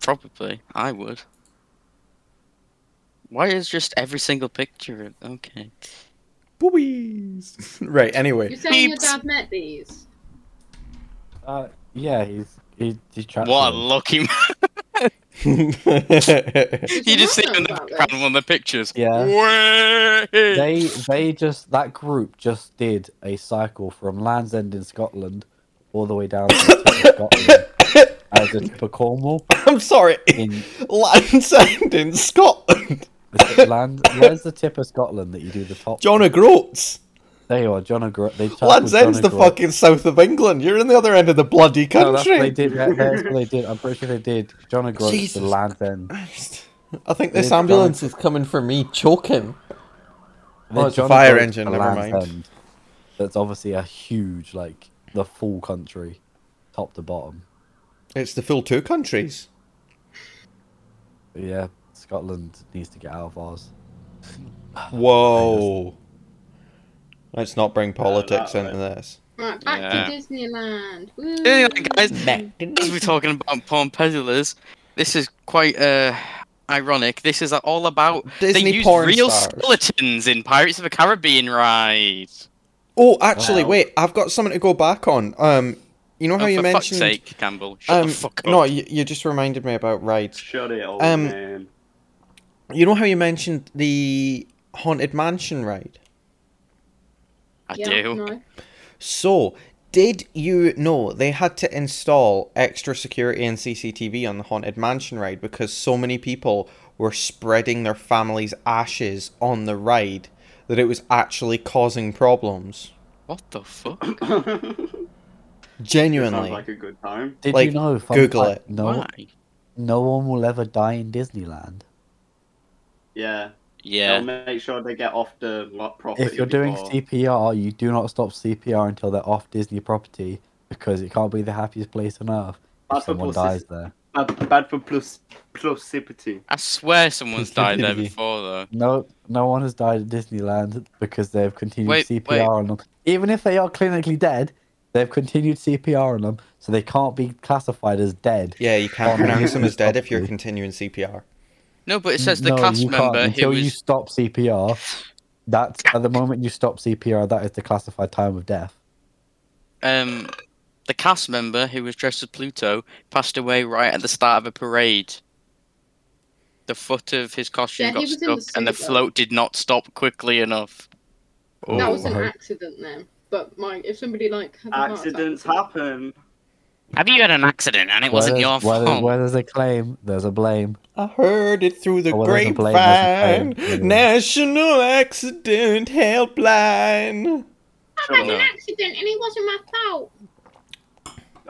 [SPEAKER 1] probably. I would. Why is just every single picture? Okay.
[SPEAKER 4] Boobies. right. Anyway.
[SPEAKER 2] You're saying your
[SPEAKER 1] Beeps.
[SPEAKER 2] dad met these?
[SPEAKER 3] Uh, yeah, he's he, he's trapped.
[SPEAKER 1] What a
[SPEAKER 3] here.
[SPEAKER 1] lucky man.
[SPEAKER 4] yeah.
[SPEAKER 2] Did
[SPEAKER 1] You
[SPEAKER 2] your
[SPEAKER 1] just
[SPEAKER 2] mum
[SPEAKER 1] see him in
[SPEAKER 2] know
[SPEAKER 1] the
[SPEAKER 2] about
[SPEAKER 1] background
[SPEAKER 2] this?
[SPEAKER 1] of one of the pictures.
[SPEAKER 3] Yeah,
[SPEAKER 1] Way!
[SPEAKER 3] they they just that group just did a cycle from Land's End in Scotland all the way down to Scotland as a to Cornwall
[SPEAKER 4] I'm sorry.
[SPEAKER 3] in
[SPEAKER 4] Land's End in Scotland.
[SPEAKER 3] Land. Where's the tip of Scotland that you do the top?
[SPEAKER 4] John O'Groats.
[SPEAKER 3] There you are, John O'Gro- they tackled
[SPEAKER 4] Land's
[SPEAKER 3] John
[SPEAKER 4] End's the
[SPEAKER 3] O'Gro-
[SPEAKER 4] fucking south of England. You're in the other end of the bloody
[SPEAKER 3] No, that's what they
[SPEAKER 4] country.
[SPEAKER 3] did. yeah, That's what they did. I'm pretty sure they did. John O'Gro to
[SPEAKER 4] Jesus.
[SPEAKER 3] Land's End.
[SPEAKER 4] I think this
[SPEAKER 3] It's done.
[SPEAKER 4] ambulance is coming for me, choking.
[SPEAKER 3] They
[SPEAKER 4] Oh, it's a
[SPEAKER 3] John
[SPEAKER 4] fire
[SPEAKER 3] O'Groats
[SPEAKER 4] engine,
[SPEAKER 3] to
[SPEAKER 4] never
[SPEAKER 3] Land's
[SPEAKER 4] mind.
[SPEAKER 3] End. That's obviously a huge, like the full country, top to bottom.
[SPEAKER 4] It's the full two countries.
[SPEAKER 3] But yeah, Scotland needs to get out of ours.
[SPEAKER 4] Whoa. Let's not bring politics
[SPEAKER 5] that
[SPEAKER 4] into this.
[SPEAKER 2] Right, back
[SPEAKER 1] Yeah.
[SPEAKER 2] to Disneyland. Woo.
[SPEAKER 1] Anyway, guys, as we're talking about porn peddlers, this is quite uh, ironic. This is all about
[SPEAKER 4] Disney
[SPEAKER 1] they used
[SPEAKER 4] porn
[SPEAKER 1] real
[SPEAKER 4] stars.
[SPEAKER 1] skeletons in Pirates of the Caribbean ride.
[SPEAKER 4] Oh, actually,
[SPEAKER 3] Wow.
[SPEAKER 4] wait. I've got something to go back on. Um, you know how
[SPEAKER 1] Oh,
[SPEAKER 4] you
[SPEAKER 1] for fuck's
[SPEAKER 4] mentioned.
[SPEAKER 1] sake, Campbell, shut
[SPEAKER 4] um,
[SPEAKER 1] the fuck up.
[SPEAKER 4] no, you, you just reminded me about rides.
[SPEAKER 5] Shut it, old
[SPEAKER 4] Um,
[SPEAKER 5] man.
[SPEAKER 4] You know how you mentioned the haunted mansion ride.
[SPEAKER 1] I
[SPEAKER 2] Yeah,
[SPEAKER 1] do.
[SPEAKER 2] No.
[SPEAKER 4] So, did you know they had to install extra security and CCTV on the Haunted Mansion ride because so many people were spreading their families' ashes on the ride that it was actually causing problems?
[SPEAKER 1] What the fuck?
[SPEAKER 4] Genuinely.
[SPEAKER 5] Sounds like a good time.
[SPEAKER 3] Did
[SPEAKER 4] Like,
[SPEAKER 3] you know? fun
[SPEAKER 4] Google
[SPEAKER 3] fact, No,
[SPEAKER 1] Why?
[SPEAKER 3] no one will ever die in Disneyland.
[SPEAKER 5] Yeah.
[SPEAKER 1] Yeah.
[SPEAKER 5] They'll make sure they get off the lot property.
[SPEAKER 3] If you're doing
[SPEAKER 5] before-
[SPEAKER 3] CPR, you do not stop CPR until they're off Disney property because it can't be the happiest place on earth
[SPEAKER 5] Bad
[SPEAKER 3] if
[SPEAKER 5] for
[SPEAKER 3] someone
[SPEAKER 5] pussies.
[SPEAKER 3] dies there.
[SPEAKER 5] Bad, bad for plus plusipity.
[SPEAKER 1] I swear someone's died there
[SPEAKER 4] Stupidity.
[SPEAKER 1] before, though.
[SPEAKER 3] No, no one has died at Disneyland because they've continued
[SPEAKER 1] Wait,
[SPEAKER 3] CPR
[SPEAKER 1] wait.
[SPEAKER 3] on them. Even if they are clinically dead, they've continued CPR on them, so they can't be classified as dead.
[SPEAKER 4] yeah, you can't
[SPEAKER 3] On
[SPEAKER 4] pronounce them
[SPEAKER 3] Disney
[SPEAKER 4] as dead if you're
[SPEAKER 3] property.
[SPEAKER 4] continuing CPR.
[SPEAKER 1] No, but it says the
[SPEAKER 3] no,
[SPEAKER 1] cast
[SPEAKER 3] you can't.
[SPEAKER 1] member who
[SPEAKER 3] Until
[SPEAKER 1] was.
[SPEAKER 3] you stop CPR, that's at the moment you stop CPR, that is the classified time of death.
[SPEAKER 1] um, the cast member who was dressed as Pluto passed away right at the start of a parade. The foot of his costume
[SPEAKER 2] Yeah,
[SPEAKER 1] got
[SPEAKER 2] he was in the
[SPEAKER 1] stuck, and the
[SPEAKER 2] suit, though.
[SPEAKER 1] float did not stop quickly enough.
[SPEAKER 2] That
[SPEAKER 3] Oh,
[SPEAKER 2] was an
[SPEAKER 3] wow.
[SPEAKER 2] accident then. But my, if somebody like had a heart attack-
[SPEAKER 5] Accidents happen.
[SPEAKER 1] Have you had an accident and it wasn't
[SPEAKER 3] Where
[SPEAKER 1] your
[SPEAKER 3] there's- where there's-
[SPEAKER 1] fault?
[SPEAKER 3] Where there's a claim, there's a blame.
[SPEAKER 4] I heard it through the
[SPEAKER 3] Oh, well, there's a blame, there's a
[SPEAKER 4] grapevine.
[SPEAKER 3] blame, really.
[SPEAKER 4] National Accident Helpline.
[SPEAKER 2] I
[SPEAKER 5] Shut
[SPEAKER 2] had an
[SPEAKER 5] up.
[SPEAKER 2] accident and it wasn't my fault.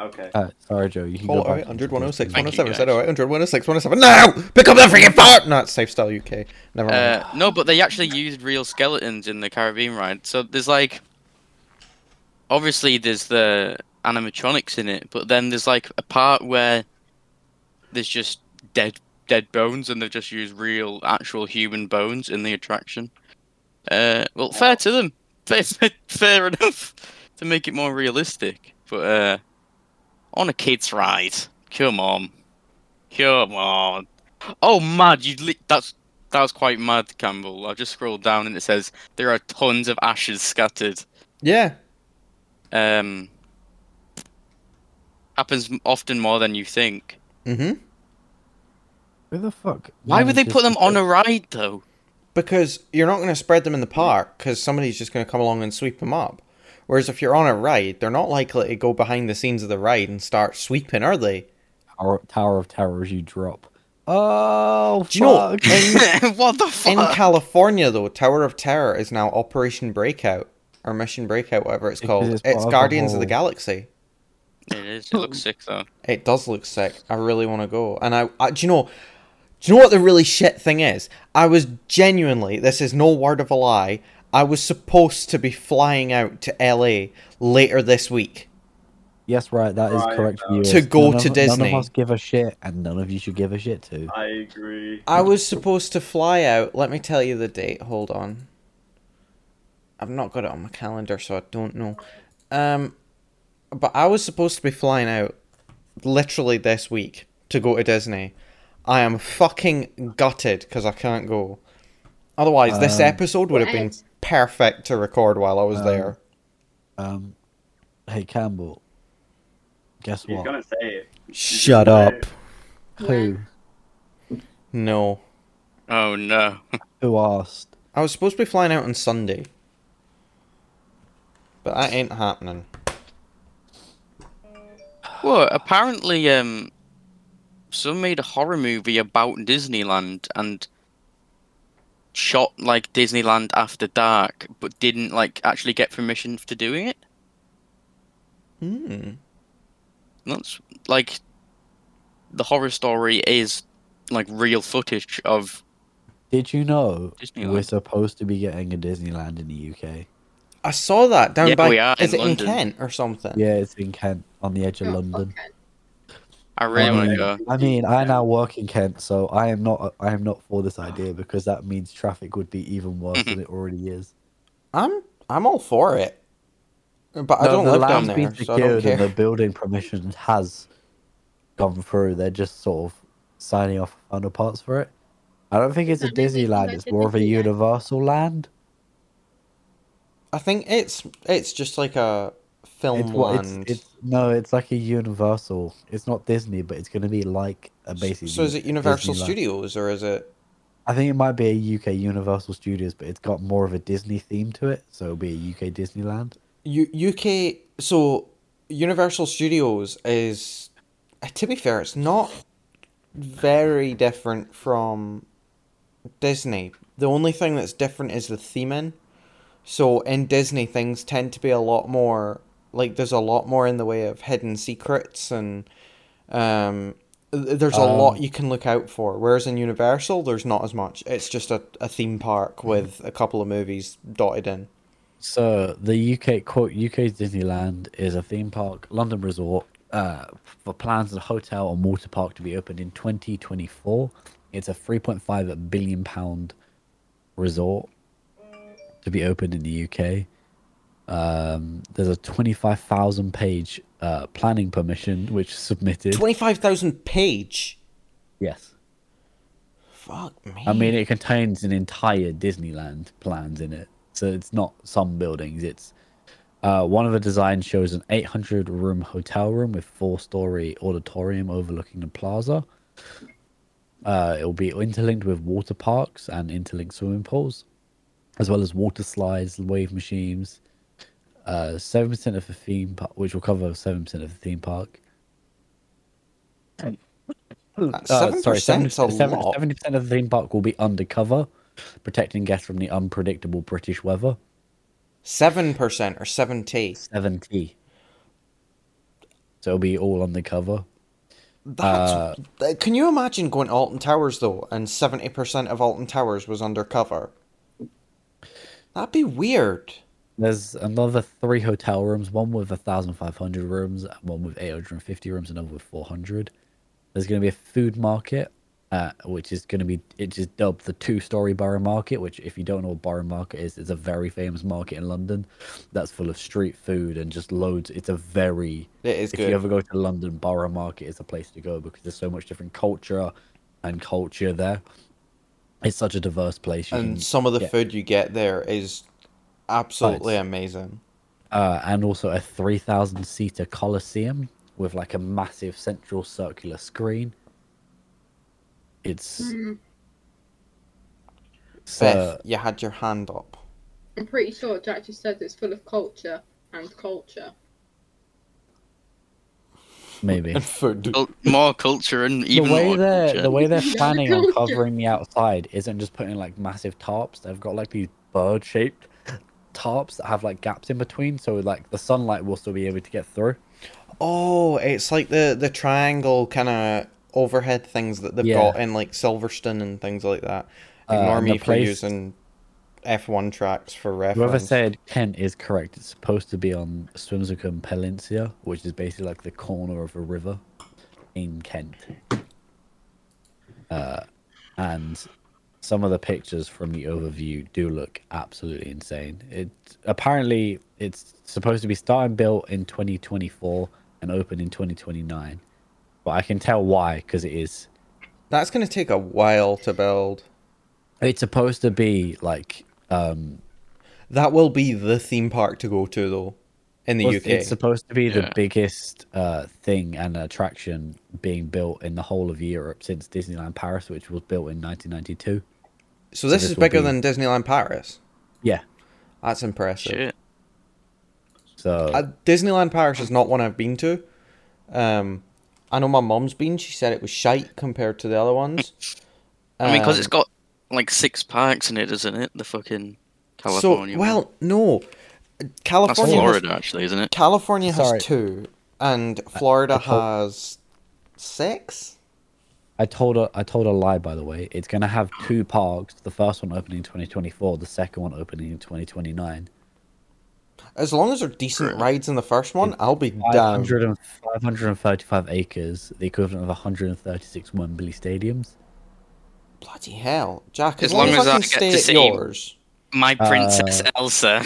[SPEAKER 5] Okay.
[SPEAKER 3] Uh, sorry, Joe. You can go
[SPEAKER 4] Call
[SPEAKER 3] back
[SPEAKER 4] 08 100
[SPEAKER 3] into
[SPEAKER 4] 106
[SPEAKER 1] Thank you,
[SPEAKER 4] 107. Said
[SPEAKER 1] guys.
[SPEAKER 4] 08 100 106 107. Now! oh Pick up the freaking phone! No, it's Lifestyle UK. Never mind.
[SPEAKER 1] Uh, no, but they actually used real skeletons in the Caribbean ride. So there's like, obviously there's the animatronics in it, but then there's like a part where there's just dead dead bones, and they've just used real actual human bones in the attraction. Uh, well, fair to them, fair, fair, fair enough to make it more realistic. But uh, on a kids' ride, come on, come on. Oh, mad! You li- that's that was quite mad, Campbell. I just scrolled down and it says there are tons of ashes scattered.
[SPEAKER 4] yeah.
[SPEAKER 1] Um, happens m- often more than you think.
[SPEAKER 4] hmm
[SPEAKER 3] Who the fuck?
[SPEAKER 1] Why would they put them on a ride though?
[SPEAKER 4] Because you're not going to spread them in the park because somebody's just going to come along and sweep them up. Whereas if you're on a ride, they're not likely to go behind the scenes of the ride and start sweeping, are they?
[SPEAKER 3] Tower, Tower of Terrors? You drop. Oh,
[SPEAKER 4] Do you know-
[SPEAKER 3] fuck.
[SPEAKER 1] what the
[SPEAKER 4] In
[SPEAKER 1] fuck?
[SPEAKER 4] California, though, Tower of Terror is now Operation Breakout or Mission Breakout, whatever it's
[SPEAKER 3] Because
[SPEAKER 4] called.
[SPEAKER 3] it's
[SPEAKER 4] It's,
[SPEAKER 3] part of the
[SPEAKER 4] Guardians of the
[SPEAKER 3] whole-
[SPEAKER 4] Galaxy.
[SPEAKER 1] it is. It looks sick though.
[SPEAKER 4] It does look sick. I really want to go. And I, I, do you know, do you know what the really shit thing is? I was genuinely, this is no word of a lie. I was supposed to be flying out to LA later this week.
[SPEAKER 3] Yes, right. That is
[SPEAKER 5] Right,
[SPEAKER 3] correct.
[SPEAKER 5] uh,
[SPEAKER 3] viewers.
[SPEAKER 4] To go
[SPEAKER 3] None
[SPEAKER 4] to
[SPEAKER 3] of, None
[SPEAKER 4] Disney.
[SPEAKER 3] of us give a shit, and none of you should give a shit to.
[SPEAKER 5] I agree.
[SPEAKER 4] I was supposed to fly out. Let me tell you the date. Hold on. I've not got it on my calendar, so I don't know. Um, but I was supposed to be flying out literally this week to go to Disney. I am fucking gutted because I can't go. Otherwise, this
[SPEAKER 3] Um,
[SPEAKER 4] episode would have been
[SPEAKER 2] Right.
[SPEAKER 4] perfect to record while I was
[SPEAKER 3] Um,
[SPEAKER 4] there.
[SPEAKER 3] Um, hey Campbell, guess
[SPEAKER 5] He's
[SPEAKER 3] what?
[SPEAKER 5] gonna say it.
[SPEAKER 4] Shut
[SPEAKER 5] gonna
[SPEAKER 4] up.
[SPEAKER 5] say it.
[SPEAKER 3] Who?
[SPEAKER 4] No.
[SPEAKER 1] Oh no.
[SPEAKER 3] Who asked?
[SPEAKER 4] I was supposed to be flying out on Sunday. But that ain't happening.
[SPEAKER 1] Well, apparently, um, some made a horror movie about Disneyland and shot like Disneyland After Dark, but didn't like actually get permission to doing it.
[SPEAKER 4] Hmm.
[SPEAKER 1] That's like the horror story is like real footage of
[SPEAKER 3] Did you know we're
[SPEAKER 1] Disneyland.
[SPEAKER 3] supposed to be getting a Disneyland in the UK?
[SPEAKER 4] I saw that down
[SPEAKER 1] Yeah,
[SPEAKER 4] by.
[SPEAKER 1] we are
[SPEAKER 4] is
[SPEAKER 1] in
[SPEAKER 4] it
[SPEAKER 1] London.
[SPEAKER 4] in Kent or something?
[SPEAKER 3] Yeah, it's in Kent, on the edge of London.
[SPEAKER 1] I really want
[SPEAKER 3] Um,
[SPEAKER 1] to go.
[SPEAKER 3] I mean, I now work in Kent, so I am not. I am not for this idea because that means traffic would be even worse than it already is.
[SPEAKER 4] I'm I'm all for it. But I
[SPEAKER 3] No,
[SPEAKER 4] don't
[SPEAKER 3] the
[SPEAKER 4] live down
[SPEAKER 3] land's
[SPEAKER 4] there,
[SPEAKER 3] been
[SPEAKER 4] so I don't
[SPEAKER 3] secured and the
[SPEAKER 4] care.
[SPEAKER 3] building permission has gone through. They're just sort of signing off final parts for it. I don't think it's a
[SPEAKER 2] Doesn't that mean we
[SPEAKER 3] Disneyland.
[SPEAKER 2] can
[SPEAKER 3] It's
[SPEAKER 2] go to
[SPEAKER 3] more of a
[SPEAKER 2] Disneyland?
[SPEAKER 3] Universal Land.
[SPEAKER 4] I think it's it's just like a film
[SPEAKER 3] It's what it's,
[SPEAKER 4] land.
[SPEAKER 3] it's no, it's like a Universal. It's not Disney, but it's going to be like a basically.
[SPEAKER 4] so is it Universal
[SPEAKER 3] Disneyland.
[SPEAKER 4] Studios or is it?
[SPEAKER 3] I think it might be a UK Universal Studios, but it's got more of a Disney theme to it, so it'll be a UK Disneyland.
[SPEAKER 4] U- UK. So Universal Studios is, uh, to be fair, it's not very different from Disney. The only thing that's different is the theming. So in Disney, things tend to be a lot more like there's a lot more in the way of hidden secrets and um, th- there's a lot
[SPEAKER 3] Um,
[SPEAKER 4] you can look out for. Whereas in Universal, there's not as much. It's just a, a theme park with a couple of movies dotted in.
[SPEAKER 3] So the UK quote UK's Disneyland is a theme park, London resort, uh, for plans of a hotel and water park to be opened in 2024. It's a 3.5 billion pound resort to be opened in the UK. Um, there's a 25,000 page uh, planning permission which is submitted.
[SPEAKER 4] Twenty five thousand page.
[SPEAKER 3] yes.
[SPEAKER 4] Fuck me.
[SPEAKER 3] I mean, it contains an entire Disneyland plans in it, so it's not some buildings. It's uh, one of the designs shows an 800 room hotel room with four story auditorium overlooking the plaza. Uh, it will be interlinked with water parks and interlinked swimming pools, as well as water slides, wave machines. uh, Seven percent of the theme park, which will cover seven percent of the theme park. Uh,
[SPEAKER 4] Seven percent's a lot.
[SPEAKER 3] Seventy percent of the theme park will be undercover, protecting guests from the unpredictable British weather.
[SPEAKER 4] Seven percent or seventy.
[SPEAKER 3] Seventy. So it'll be all undercover.
[SPEAKER 4] That's.
[SPEAKER 3] Uh,
[SPEAKER 4] th- can you imagine going to Alton Towers though, and seventy percent of Alton Towers was undercover? That'd be weird.
[SPEAKER 3] There's another three hotel rooms, one with 1,500 rooms, and one with 850 rooms, another with 400. There's going to be a food market, uh, which is going to be, it is dubbed the two story borough market, which, if you don't know what borough market is, it's a very famous market in London that's full of street food and just loads. It's a very,
[SPEAKER 4] It is
[SPEAKER 3] if
[SPEAKER 4] good.
[SPEAKER 3] you ever go to London, borough market is a place to go because there's so much different culture and culture there. It's such a diverse place. You
[SPEAKER 4] and
[SPEAKER 3] can
[SPEAKER 4] some of the
[SPEAKER 3] yeah.
[SPEAKER 4] food you get there is absolutely
[SPEAKER 3] Nice.
[SPEAKER 4] amazing.
[SPEAKER 3] uh, and also a 3,000 seater Colosseum with like a massive central circular screen. It's.
[SPEAKER 2] Mm. Mm-hmm.
[SPEAKER 3] So,
[SPEAKER 4] Beth, you had your hand up.
[SPEAKER 2] I'm pretty sure Jack just said it's full of culture and culture.
[SPEAKER 3] maybe.
[SPEAKER 4] And food.
[SPEAKER 1] Cul- More culture and even
[SPEAKER 3] the way
[SPEAKER 1] more
[SPEAKER 3] they're
[SPEAKER 1] culture.
[SPEAKER 3] the way they're
[SPEAKER 2] Yeah,
[SPEAKER 3] planning on
[SPEAKER 2] culture.
[SPEAKER 3] covering the outside isn't just putting like massive tarps. They've got like these bird shaped tarps that have like gaps in between, so like the sunlight will still be able to get through.
[SPEAKER 4] Oh, it's like the the triangle kind of overhead things that they've
[SPEAKER 3] Yeah.
[SPEAKER 4] got in like Silverstone and things like that.
[SPEAKER 3] Uh,
[SPEAKER 4] Ignore
[SPEAKER 3] and
[SPEAKER 4] me
[SPEAKER 3] the
[SPEAKER 4] for
[SPEAKER 3] place-
[SPEAKER 4] using F1 tracks for
[SPEAKER 3] Whoever
[SPEAKER 4] reference.
[SPEAKER 3] said Kent is correct. It's supposed to be on Swimsicum Peninsula, which is basically like the corner of a river in Kent. Uh, and some of the pictures from the overview do look absolutely insane. It apparently it's supposed to be starting built in 2024 and open in 2029, but I can tell why because it is
[SPEAKER 4] That's gonna take a while to build.
[SPEAKER 3] it's supposed to be like um
[SPEAKER 4] That will be the theme park to go to though, in the
[SPEAKER 3] well,
[SPEAKER 4] UK.
[SPEAKER 3] it's supposed to be the
[SPEAKER 1] Yeah.
[SPEAKER 3] biggest uh thing and attraction being built in the whole of Europe since Disneyland Paris, which was built in 1992.
[SPEAKER 4] so this,
[SPEAKER 3] this
[SPEAKER 4] is
[SPEAKER 3] will
[SPEAKER 4] bigger
[SPEAKER 3] be-
[SPEAKER 4] than Disneyland Paris.
[SPEAKER 3] Yeah,
[SPEAKER 4] That's impressive.
[SPEAKER 1] Shit.
[SPEAKER 3] so
[SPEAKER 4] Uh, Disneyland Paris is not one I've been to. Um, I know my mum's been. She said it was shite compared to the other ones.
[SPEAKER 1] I mean, because
[SPEAKER 4] Um,
[SPEAKER 1] it's got like six parks in it, isn't it? The fucking California. one.
[SPEAKER 4] So well, no,
[SPEAKER 1] that's
[SPEAKER 4] California. has-
[SPEAKER 1] Florida, actually, isn't it?
[SPEAKER 4] California
[SPEAKER 3] Sorry.
[SPEAKER 4] has two, and Florida has six.
[SPEAKER 3] I told a I told a lie by the way. It's gonna have two parks. The first one opening in 2024. The second one opening in 2029.
[SPEAKER 4] As long as they're decent rides in the first one, I'll be down.
[SPEAKER 3] 500 and, 535 acres, the equivalent of 136 Wembley stadiums.
[SPEAKER 4] Bloody hell, Jack!
[SPEAKER 1] As
[SPEAKER 4] As, long,
[SPEAKER 1] long
[SPEAKER 4] as,
[SPEAKER 1] as
[SPEAKER 4] I
[SPEAKER 1] I
[SPEAKER 4] can
[SPEAKER 1] get
[SPEAKER 4] stay
[SPEAKER 1] to
[SPEAKER 4] at
[SPEAKER 1] see-
[SPEAKER 4] yours.
[SPEAKER 1] My Princess Elsa.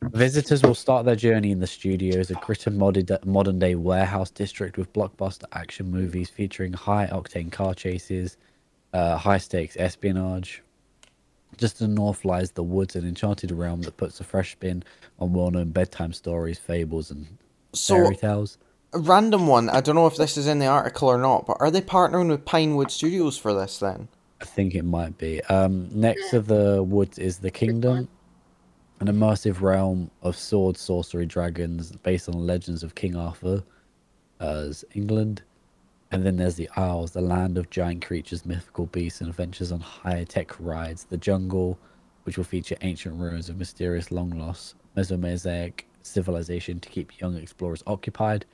[SPEAKER 3] Visitors will start their journey in the studio as a gritted modern day warehouse district with blockbuster action movies featuring high octane car chases, uh, high stakes espionage. Just to the north lies the woods, an enchanted realm that puts a fresh spin on well known bedtime stories, fables, and
[SPEAKER 4] So
[SPEAKER 3] fairy tales.
[SPEAKER 4] a random one. I don't know if this is in the article or not, but are they partnering with Pinewood Studios for this then?
[SPEAKER 3] I think it might be. Um, next to the woods is the kingdom, an immersive realm of sword, sorcery, dragons based on legends of King Arthur, as England. And then there's the Isles, the land of giant creatures, mythical beasts, and adventures on high tech rides. The jungle, which will feature ancient ruins of mysterious long lost Mesoamerican civilization to keep young explorers occupied.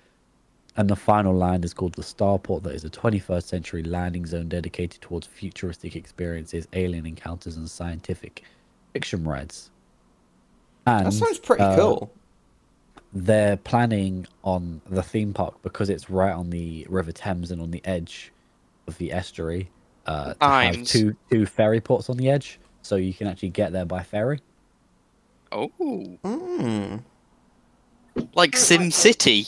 [SPEAKER 3] And the final land is called the Starport, that is a 21st century landing zone dedicated towards futuristic experiences, alien encounters, and scientific fiction rides. And,
[SPEAKER 4] that sounds pretty
[SPEAKER 3] uh,
[SPEAKER 4] cool.
[SPEAKER 3] They're planning on the theme park because it's right on the River Thames and on the edge of the estuary. Uh, to have
[SPEAKER 1] Times.
[SPEAKER 3] two two ferry ports on the edge, so you can actually get there by ferry.
[SPEAKER 1] oh,
[SPEAKER 4] Mm.
[SPEAKER 1] like Sim City.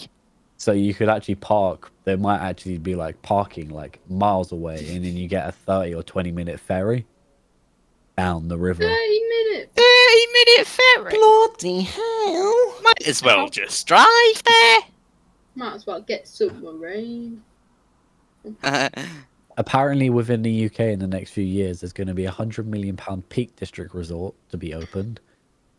[SPEAKER 3] So you could actually park. There might actually be like parking like miles away, and then you get a thirty or twenty minute ferry down the river.
[SPEAKER 2] 30 minutes.
[SPEAKER 1] Thirty minute ferry.
[SPEAKER 4] Bloody hell!
[SPEAKER 1] Might as well just drive there.
[SPEAKER 2] Might as well get submarine.
[SPEAKER 1] Uh,
[SPEAKER 3] Apparently, within the UK in the next few years, there's going to be a hundred million pound Peak District resort to be opened,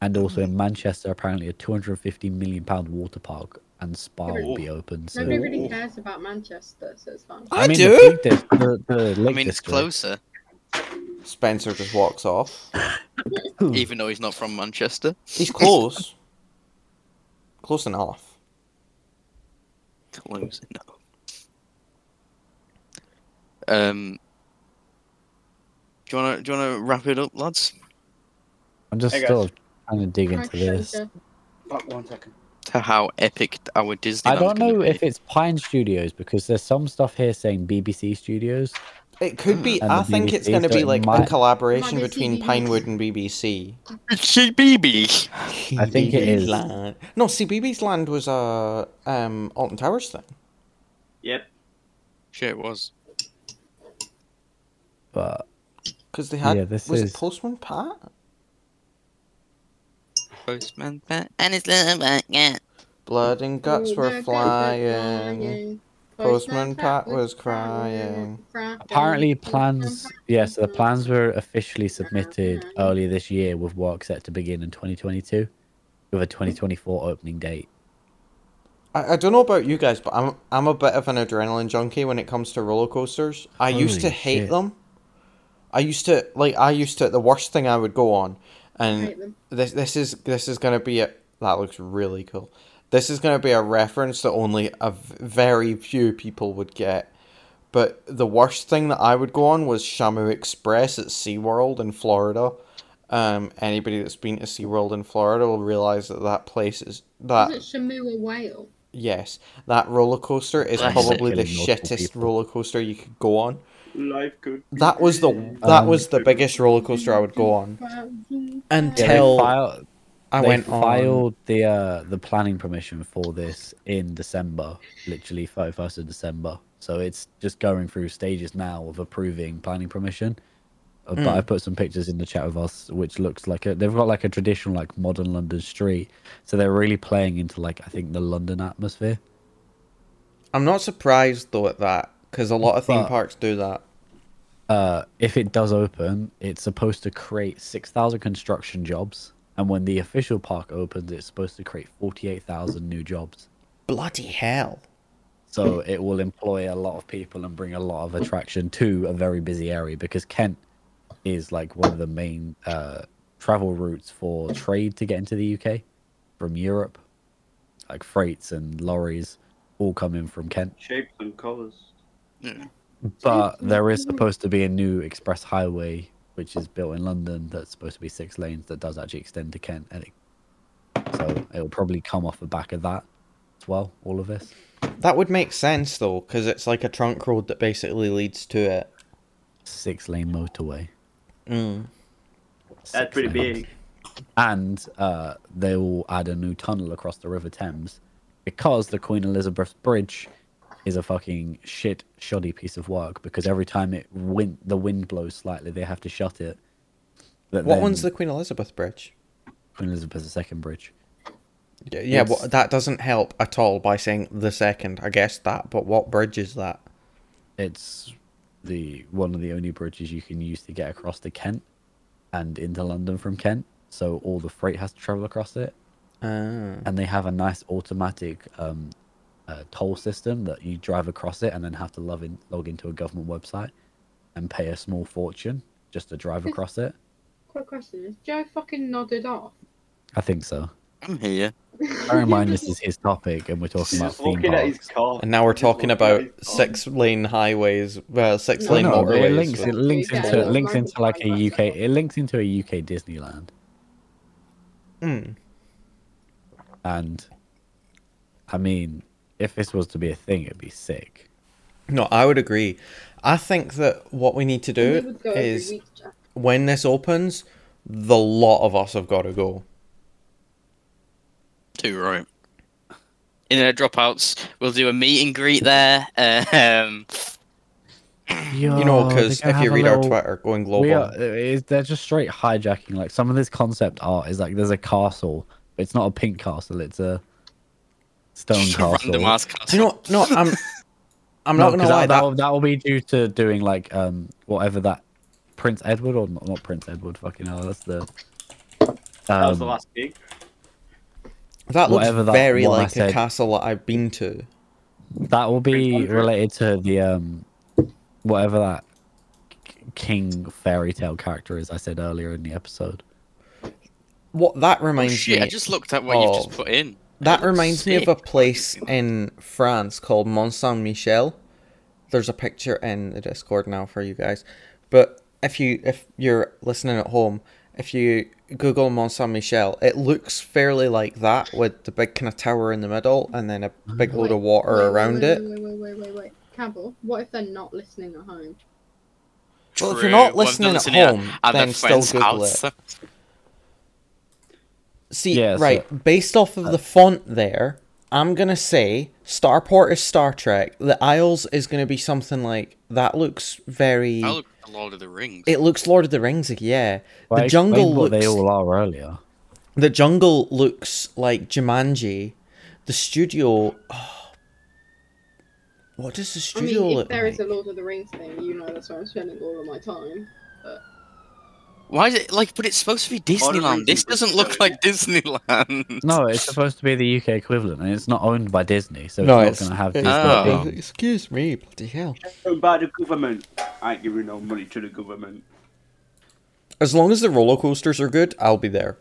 [SPEAKER 3] and also in Manchester, apparently a two hundred fifty million pound water park and spa will be opened. So
[SPEAKER 2] Nobody really
[SPEAKER 5] Ooh.
[SPEAKER 2] cares about Manchester, so it's fine.
[SPEAKER 4] I
[SPEAKER 3] mean,
[SPEAKER 4] do.
[SPEAKER 3] The peak dis- the, the
[SPEAKER 1] I
[SPEAKER 3] Lake
[SPEAKER 1] mean, it's
[SPEAKER 3] District.
[SPEAKER 1] closer,
[SPEAKER 4] Spencer just walks off.
[SPEAKER 3] Hmm.
[SPEAKER 1] even though he's not from Manchester.
[SPEAKER 4] He's close. close enough.
[SPEAKER 1] Close enough. Um. Do you wanna do you wanna wrap it up, lads?
[SPEAKER 3] I'm just
[SPEAKER 5] Hey, guys.
[SPEAKER 3] sort of trying to dig into
[SPEAKER 2] Christchurch,
[SPEAKER 3] this.
[SPEAKER 2] uh,
[SPEAKER 5] Fuck, one second.
[SPEAKER 1] To how epic our Disney.
[SPEAKER 3] I don't know if it's Pine Studios because there's some stuff here saying BBC Studios.
[SPEAKER 4] It could be.
[SPEAKER 3] And
[SPEAKER 4] I
[SPEAKER 3] the
[SPEAKER 4] think it's
[SPEAKER 3] BBC,
[SPEAKER 4] going to
[SPEAKER 3] so
[SPEAKER 4] be
[SPEAKER 3] it
[SPEAKER 4] like a
[SPEAKER 3] might-
[SPEAKER 4] collaboration
[SPEAKER 2] Might be
[SPEAKER 4] between
[SPEAKER 2] CBBS.
[SPEAKER 4] Pinewood and BBC.
[SPEAKER 1] it's BB.
[SPEAKER 4] I
[SPEAKER 3] think it is.
[SPEAKER 4] Land. No, CBBS Land was a um, Alton Towers thing.
[SPEAKER 5] Yep.
[SPEAKER 1] Shit, it was.
[SPEAKER 3] But
[SPEAKER 4] Because they had.
[SPEAKER 3] Yeah, this
[SPEAKER 4] was
[SPEAKER 3] is-
[SPEAKER 4] it Postman Pat?
[SPEAKER 1] Postman Pat and his little bucket.
[SPEAKER 4] Blood and guts
[SPEAKER 2] oh,
[SPEAKER 4] were
[SPEAKER 2] my guts
[SPEAKER 4] flying.
[SPEAKER 2] flying.
[SPEAKER 4] Postman Pat was crying.
[SPEAKER 3] apparently, plans yeah, so the plans were officially submitted
[SPEAKER 2] Mhm.
[SPEAKER 3] earlier this year with work set to begin in 2022 with a 2024 opening date.
[SPEAKER 4] I, I don't know about you guys, but I'm I'm a bit of an adrenaline junkie when it comes to roller coasters. I used to
[SPEAKER 3] Holy
[SPEAKER 4] hate
[SPEAKER 3] shit.
[SPEAKER 4] them. I used to like. I used to the worst thing I would go on, and
[SPEAKER 2] Hate them.
[SPEAKER 4] this this is this is gonna be a that looks really cool. This is gonna be a reference that only a v- very few people would get. But the worst thing that I would go on was Shamu Express at SeaWorld in Florida. Um, anybody that's been to SeaWorld in Florida will realize that that place is that
[SPEAKER 2] Is it Shamua Whale?
[SPEAKER 4] Yes, that roller coaster is
[SPEAKER 1] Classic.
[SPEAKER 4] probably the
[SPEAKER 3] Killing multiple
[SPEAKER 4] shittest
[SPEAKER 3] people.
[SPEAKER 4] roller coaster you could go on.
[SPEAKER 5] Life could. be
[SPEAKER 4] That was the that
[SPEAKER 3] Um,
[SPEAKER 4] was the biggest roller coaster I would go on
[SPEAKER 2] Uh,
[SPEAKER 3] Yeah,
[SPEAKER 4] until
[SPEAKER 3] they filed,
[SPEAKER 4] I
[SPEAKER 3] they
[SPEAKER 4] went on.
[SPEAKER 3] filed the uh, the planning permission for this in December, literally 31st of December. So it's just going through stages now of approving planning permission. Uh, But
[SPEAKER 4] Mm.
[SPEAKER 3] I've put some pictures in the chat of us, which looks like a, they've got like a traditional like modern London street. So they're really playing into like I think the London atmosphere.
[SPEAKER 4] I'm not surprised though at that because a lot of theme
[SPEAKER 3] But-
[SPEAKER 4] parks do that.
[SPEAKER 3] uh, if it does open, it's supposed to create 6,000 construction jobs. And when the official park opens, it's supposed to create 48,000 new jobs.
[SPEAKER 4] Bloody hell!
[SPEAKER 3] So it will employ a lot of people and bring a lot of attraction to a very busy area because Kent is like one of the main uh, travel routes for trade to get into the UK from Europe. Like freights and lorries all come in from Kent.
[SPEAKER 5] Shapes and colours.
[SPEAKER 3] But
[SPEAKER 4] Mm-hmm.
[SPEAKER 3] there is supposed to be a new express highway which is built in London that's supposed to be six lanes that does actually extend to Kent. And it, so it'll probably come off the back of that as well, all of this.
[SPEAKER 4] That would make sense though because it's like a trunk road that basically leads to it.
[SPEAKER 3] Six lane motorway.
[SPEAKER 4] Mm.
[SPEAKER 5] That's
[SPEAKER 3] Six
[SPEAKER 5] pretty
[SPEAKER 3] lanes.
[SPEAKER 5] big.
[SPEAKER 3] And uh, they will add a new tunnel across the River Thames because the Queen Elizabeth Bridge is a fucking shit, shoddy piece of work because every time it win- the wind blows slightly, they have to shut it. But
[SPEAKER 4] What
[SPEAKER 3] then
[SPEAKER 4] one's the Queen Elizabeth Bridge?
[SPEAKER 3] Queen Elizabeth II Bridge?
[SPEAKER 4] Yeah, yeah
[SPEAKER 3] It's-
[SPEAKER 4] well, that doesn't help at all by saying the second. I guess that, but what bridge is that?
[SPEAKER 3] it's the one of the only bridges you can use to get across to Kent and into London from Kent. So all the freight has to travel across it,
[SPEAKER 4] Ah.
[SPEAKER 3] and they have a nice automatic um, uh, toll system that you drive across it and then have to log, in, log into a government website and pay a small fortune just to drive across it.
[SPEAKER 2] Quick question: Is Joe fucking nodded off?
[SPEAKER 3] I think so.
[SPEAKER 1] I'm here.
[SPEAKER 3] Bear in mind, this is his topic, and we're talking about
[SPEAKER 5] Just
[SPEAKER 3] theme
[SPEAKER 5] looking at his
[SPEAKER 3] parks.
[SPEAKER 5] car.
[SPEAKER 4] And now we're
[SPEAKER 5] Just
[SPEAKER 4] talking
[SPEAKER 5] looking at
[SPEAKER 4] about
[SPEAKER 5] his car.
[SPEAKER 4] six lane highways, well, six
[SPEAKER 2] No,
[SPEAKER 4] lane
[SPEAKER 2] no,
[SPEAKER 3] but
[SPEAKER 4] motorways.
[SPEAKER 3] it links it links
[SPEAKER 2] Yeah,
[SPEAKER 3] into it
[SPEAKER 2] it's
[SPEAKER 3] links
[SPEAKER 2] like
[SPEAKER 3] into like a
[SPEAKER 2] Minecraft.
[SPEAKER 3] UK it links into a UK Disneyland.
[SPEAKER 4] Mm.
[SPEAKER 3] And I mean, if this was to be a thing, it'd be sick.
[SPEAKER 4] No, I would agree. I think that what we need to
[SPEAKER 2] We
[SPEAKER 4] do
[SPEAKER 2] would go every
[SPEAKER 4] is
[SPEAKER 2] week, Jack.
[SPEAKER 4] when this opens, the lot of us have got to go.
[SPEAKER 1] Too right. Internet dropouts. We'll do a meet and greet there. Uh, um,
[SPEAKER 4] you know, because if you read our Twitter, going
[SPEAKER 3] we
[SPEAKER 4] global.
[SPEAKER 3] are, it is- they're just straight hijacking. Like some of this concept art is like there's a castle, but it's not a pink castle; it's a stone
[SPEAKER 1] just a random
[SPEAKER 3] castle.
[SPEAKER 1] ass
[SPEAKER 4] Do
[SPEAKER 1] castle.
[SPEAKER 4] you know? No, I'm. I'm not gonna
[SPEAKER 3] 'cause
[SPEAKER 4] lie.
[SPEAKER 3] that, that
[SPEAKER 4] That,
[SPEAKER 3] will, that will be due to doing like um whatever that Prince Edward or not, not Prince Edward. Fucking hell, that's the.
[SPEAKER 5] That was the
[SPEAKER 3] um,
[SPEAKER 5] last gig.
[SPEAKER 4] that looks
[SPEAKER 3] whatever that
[SPEAKER 4] very
[SPEAKER 3] one I
[SPEAKER 4] like a
[SPEAKER 3] said.
[SPEAKER 4] castle that I've been to.
[SPEAKER 3] That will be
[SPEAKER 5] 300.
[SPEAKER 3] related to the um, whatever that k- king fairy tale character is I said earlier in the episode.
[SPEAKER 4] What that
[SPEAKER 1] Oh,
[SPEAKER 4] reminds
[SPEAKER 1] shit,
[SPEAKER 4] me.
[SPEAKER 1] I just Oh, looked at what you've just
[SPEAKER 4] of-
[SPEAKER 1] put in.
[SPEAKER 4] That
[SPEAKER 1] It looks
[SPEAKER 4] reminds me of a
[SPEAKER 1] sick.
[SPEAKER 4] place in France called Mont Saint Michel. There's a picture in the Discord now for you guys. But if you if you're listening at home, if you Google Mont Saint Michel, it looks fairly like that with the big kind of tower in the middle and then a big load of water
[SPEAKER 2] Wait, wait,
[SPEAKER 4] around
[SPEAKER 2] wait,
[SPEAKER 4] it.
[SPEAKER 2] Wait, wait, wait, wait, wait. Campbell, what if they're not listening at home?
[SPEAKER 4] Well, if you're
[SPEAKER 1] True.
[SPEAKER 4] not
[SPEAKER 1] Well, if
[SPEAKER 4] listening
[SPEAKER 1] they're
[SPEAKER 4] at home,
[SPEAKER 1] at their
[SPEAKER 4] then still
[SPEAKER 1] friend's
[SPEAKER 4] Google
[SPEAKER 1] house.
[SPEAKER 4] it. See,
[SPEAKER 3] Yeah, so-
[SPEAKER 4] right, based off of the font there, I'm going to say Starport is Star Trek. The Isles is going to be something like that looks very
[SPEAKER 1] I look at Lord of the Rings.
[SPEAKER 4] It looks Lord of the Rings, yeah.
[SPEAKER 3] Well, I
[SPEAKER 4] the
[SPEAKER 3] explained
[SPEAKER 4] jungle
[SPEAKER 3] what
[SPEAKER 4] looks
[SPEAKER 3] they all are earlier.
[SPEAKER 4] the jungle looks like Jumanji. The studio oh, What does the
[SPEAKER 2] I
[SPEAKER 4] studio
[SPEAKER 2] mean, if
[SPEAKER 4] look
[SPEAKER 2] there is
[SPEAKER 4] like?
[SPEAKER 2] a Lord of the Rings thing, you know that's where I'm spending all of my time.
[SPEAKER 1] Why is it like? But it's supposed to be
[SPEAKER 5] Lord of the
[SPEAKER 1] Disneyland.
[SPEAKER 5] Rings
[SPEAKER 1] This
[SPEAKER 5] is
[SPEAKER 1] doesn't look
[SPEAKER 5] good.
[SPEAKER 1] like Disneyland.
[SPEAKER 3] No, it's supposed to be the UK equivalent, and it's not owned by Disney, so it's
[SPEAKER 4] no,
[SPEAKER 3] not
[SPEAKER 4] it's,
[SPEAKER 3] going to have
[SPEAKER 4] it's-
[SPEAKER 3] Disney.
[SPEAKER 1] Oh.
[SPEAKER 3] on.
[SPEAKER 4] Excuse me, bloody hell.
[SPEAKER 5] Owned by the government. I ain't giving no money to the government.
[SPEAKER 4] As long as the roller coasters are good, I'll be there.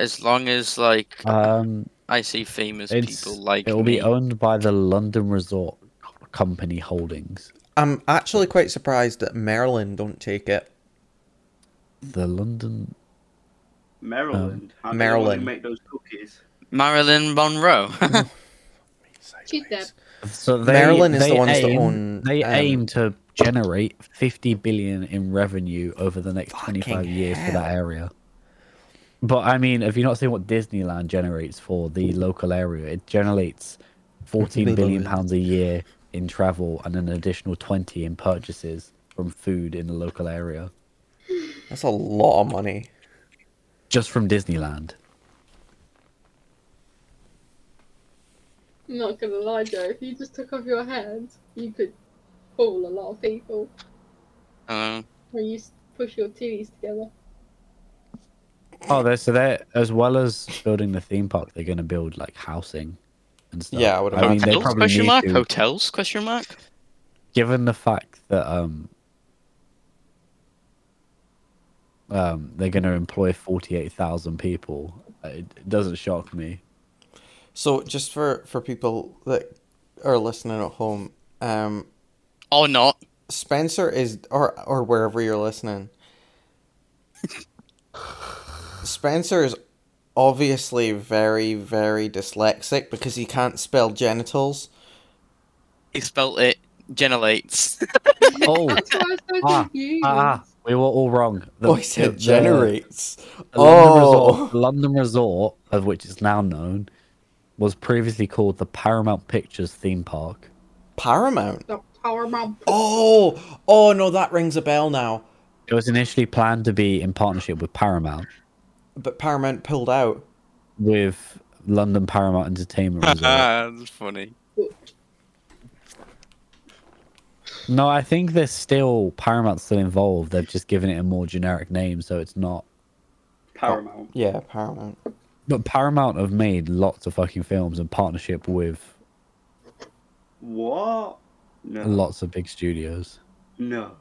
[SPEAKER 1] As long as like
[SPEAKER 3] Um,
[SPEAKER 1] I see famous
[SPEAKER 3] it's
[SPEAKER 1] people like
[SPEAKER 3] it will
[SPEAKER 1] me.
[SPEAKER 3] be owned by the London Resort Co- Company Holdings.
[SPEAKER 4] I'm actually quite surprised that Merlin don't take it.
[SPEAKER 3] The London.
[SPEAKER 5] Maryland.
[SPEAKER 3] Um,
[SPEAKER 5] How do they
[SPEAKER 4] Maryland.
[SPEAKER 5] only Make those cookies.
[SPEAKER 3] Oh.
[SPEAKER 1] Marilyn Monroe.
[SPEAKER 2] She's dead.
[SPEAKER 3] So they,
[SPEAKER 4] Maryland is
[SPEAKER 3] they
[SPEAKER 4] the ones that
[SPEAKER 3] aim-
[SPEAKER 4] own,
[SPEAKER 3] They
[SPEAKER 4] um,
[SPEAKER 3] aim to generate 50 billion in revenue over the next 25
[SPEAKER 4] Fucking
[SPEAKER 3] years for that
[SPEAKER 4] hell.
[SPEAKER 3] area. But I mean, have you not seen what Disneyland generates for the local area? It generates 14 billion
[SPEAKER 4] Billions.
[SPEAKER 3] pounds a year in travel and an additional 20 in purchases from food in the local area
[SPEAKER 4] That's a lot of money.
[SPEAKER 3] just from Disneyland.
[SPEAKER 2] I'm not gonna lie, Joe. If you just took off your hands, you could fool a lot of people
[SPEAKER 1] Uh,
[SPEAKER 2] when you s- push your titties together.
[SPEAKER 3] Oh, there's so that as well as building the theme park, they're going to build like housing and stuff.
[SPEAKER 4] Yeah, I would
[SPEAKER 3] I mean, they
[SPEAKER 1] hotels?
[SPEAKER 3] probably
[SPEAKER 1] question
[SPEAKER 3] need
[SPEAKER 1] mark?
[SPEAKER 3] to.
[SPEAKER 1] Hotels? Question mark?
[SPEAKER 3] given the fact that um um they're going to employ 48,000 people it it doesn't shock me
[SPEAKER 4] So just for for people that are listening at home, um,
[SPEAKER 1] Or not?
[SPEAKER 4] Spencer is or or wherever you're listening. Spencer is obviously very very dyslexic because he can't spell genitals.
[SPEAKER 1] He spelt it generates.
[SPEAKER 3] oh
[SPEAKER 2] That's why I was so
[SPEAKER 3] Ah,
[SPEAKER 2] confused.
[SPEAKER 3] ah, we were all wrong the,
[SPEAKER 4] oh, he said
[SPEAKER 3] the-
[SPEAKER 4] generates.
[SPEAKER 3] the London
[SPEAKER 4] Oh.
[SPEAKER 3] resort, London resort of which it's now known was previously called the Paramount Pictures theme park
[SPEAKER 4] Paramount.
[SPEAKER 2] The Paramount.
[SPEAKER 4] Oh, oh no, that rings a bell now.
[SPEAKER 3] it was initially planned to be in partnership with Paramount
[SPEAKER 4] But Paramount pulled out.
[SPEAKER 3] with London Paramount Entertainment Resort
[SPEAKER 1] That's funny.
[SPEAKER 3] No, I think they're still Paramount's still involved. They've just given it a more generic name, so it's not.
[SPEAKER 5] Paramount.
[SPEAKER 4] Yeah, Paramount.
[SPEAKER 3] But Paramount have made lots of fucking films in partnership with
[SPEAKER 5] What? No.
[SPEAKER 3] lots of big studios.
[SPEAKER 5] No.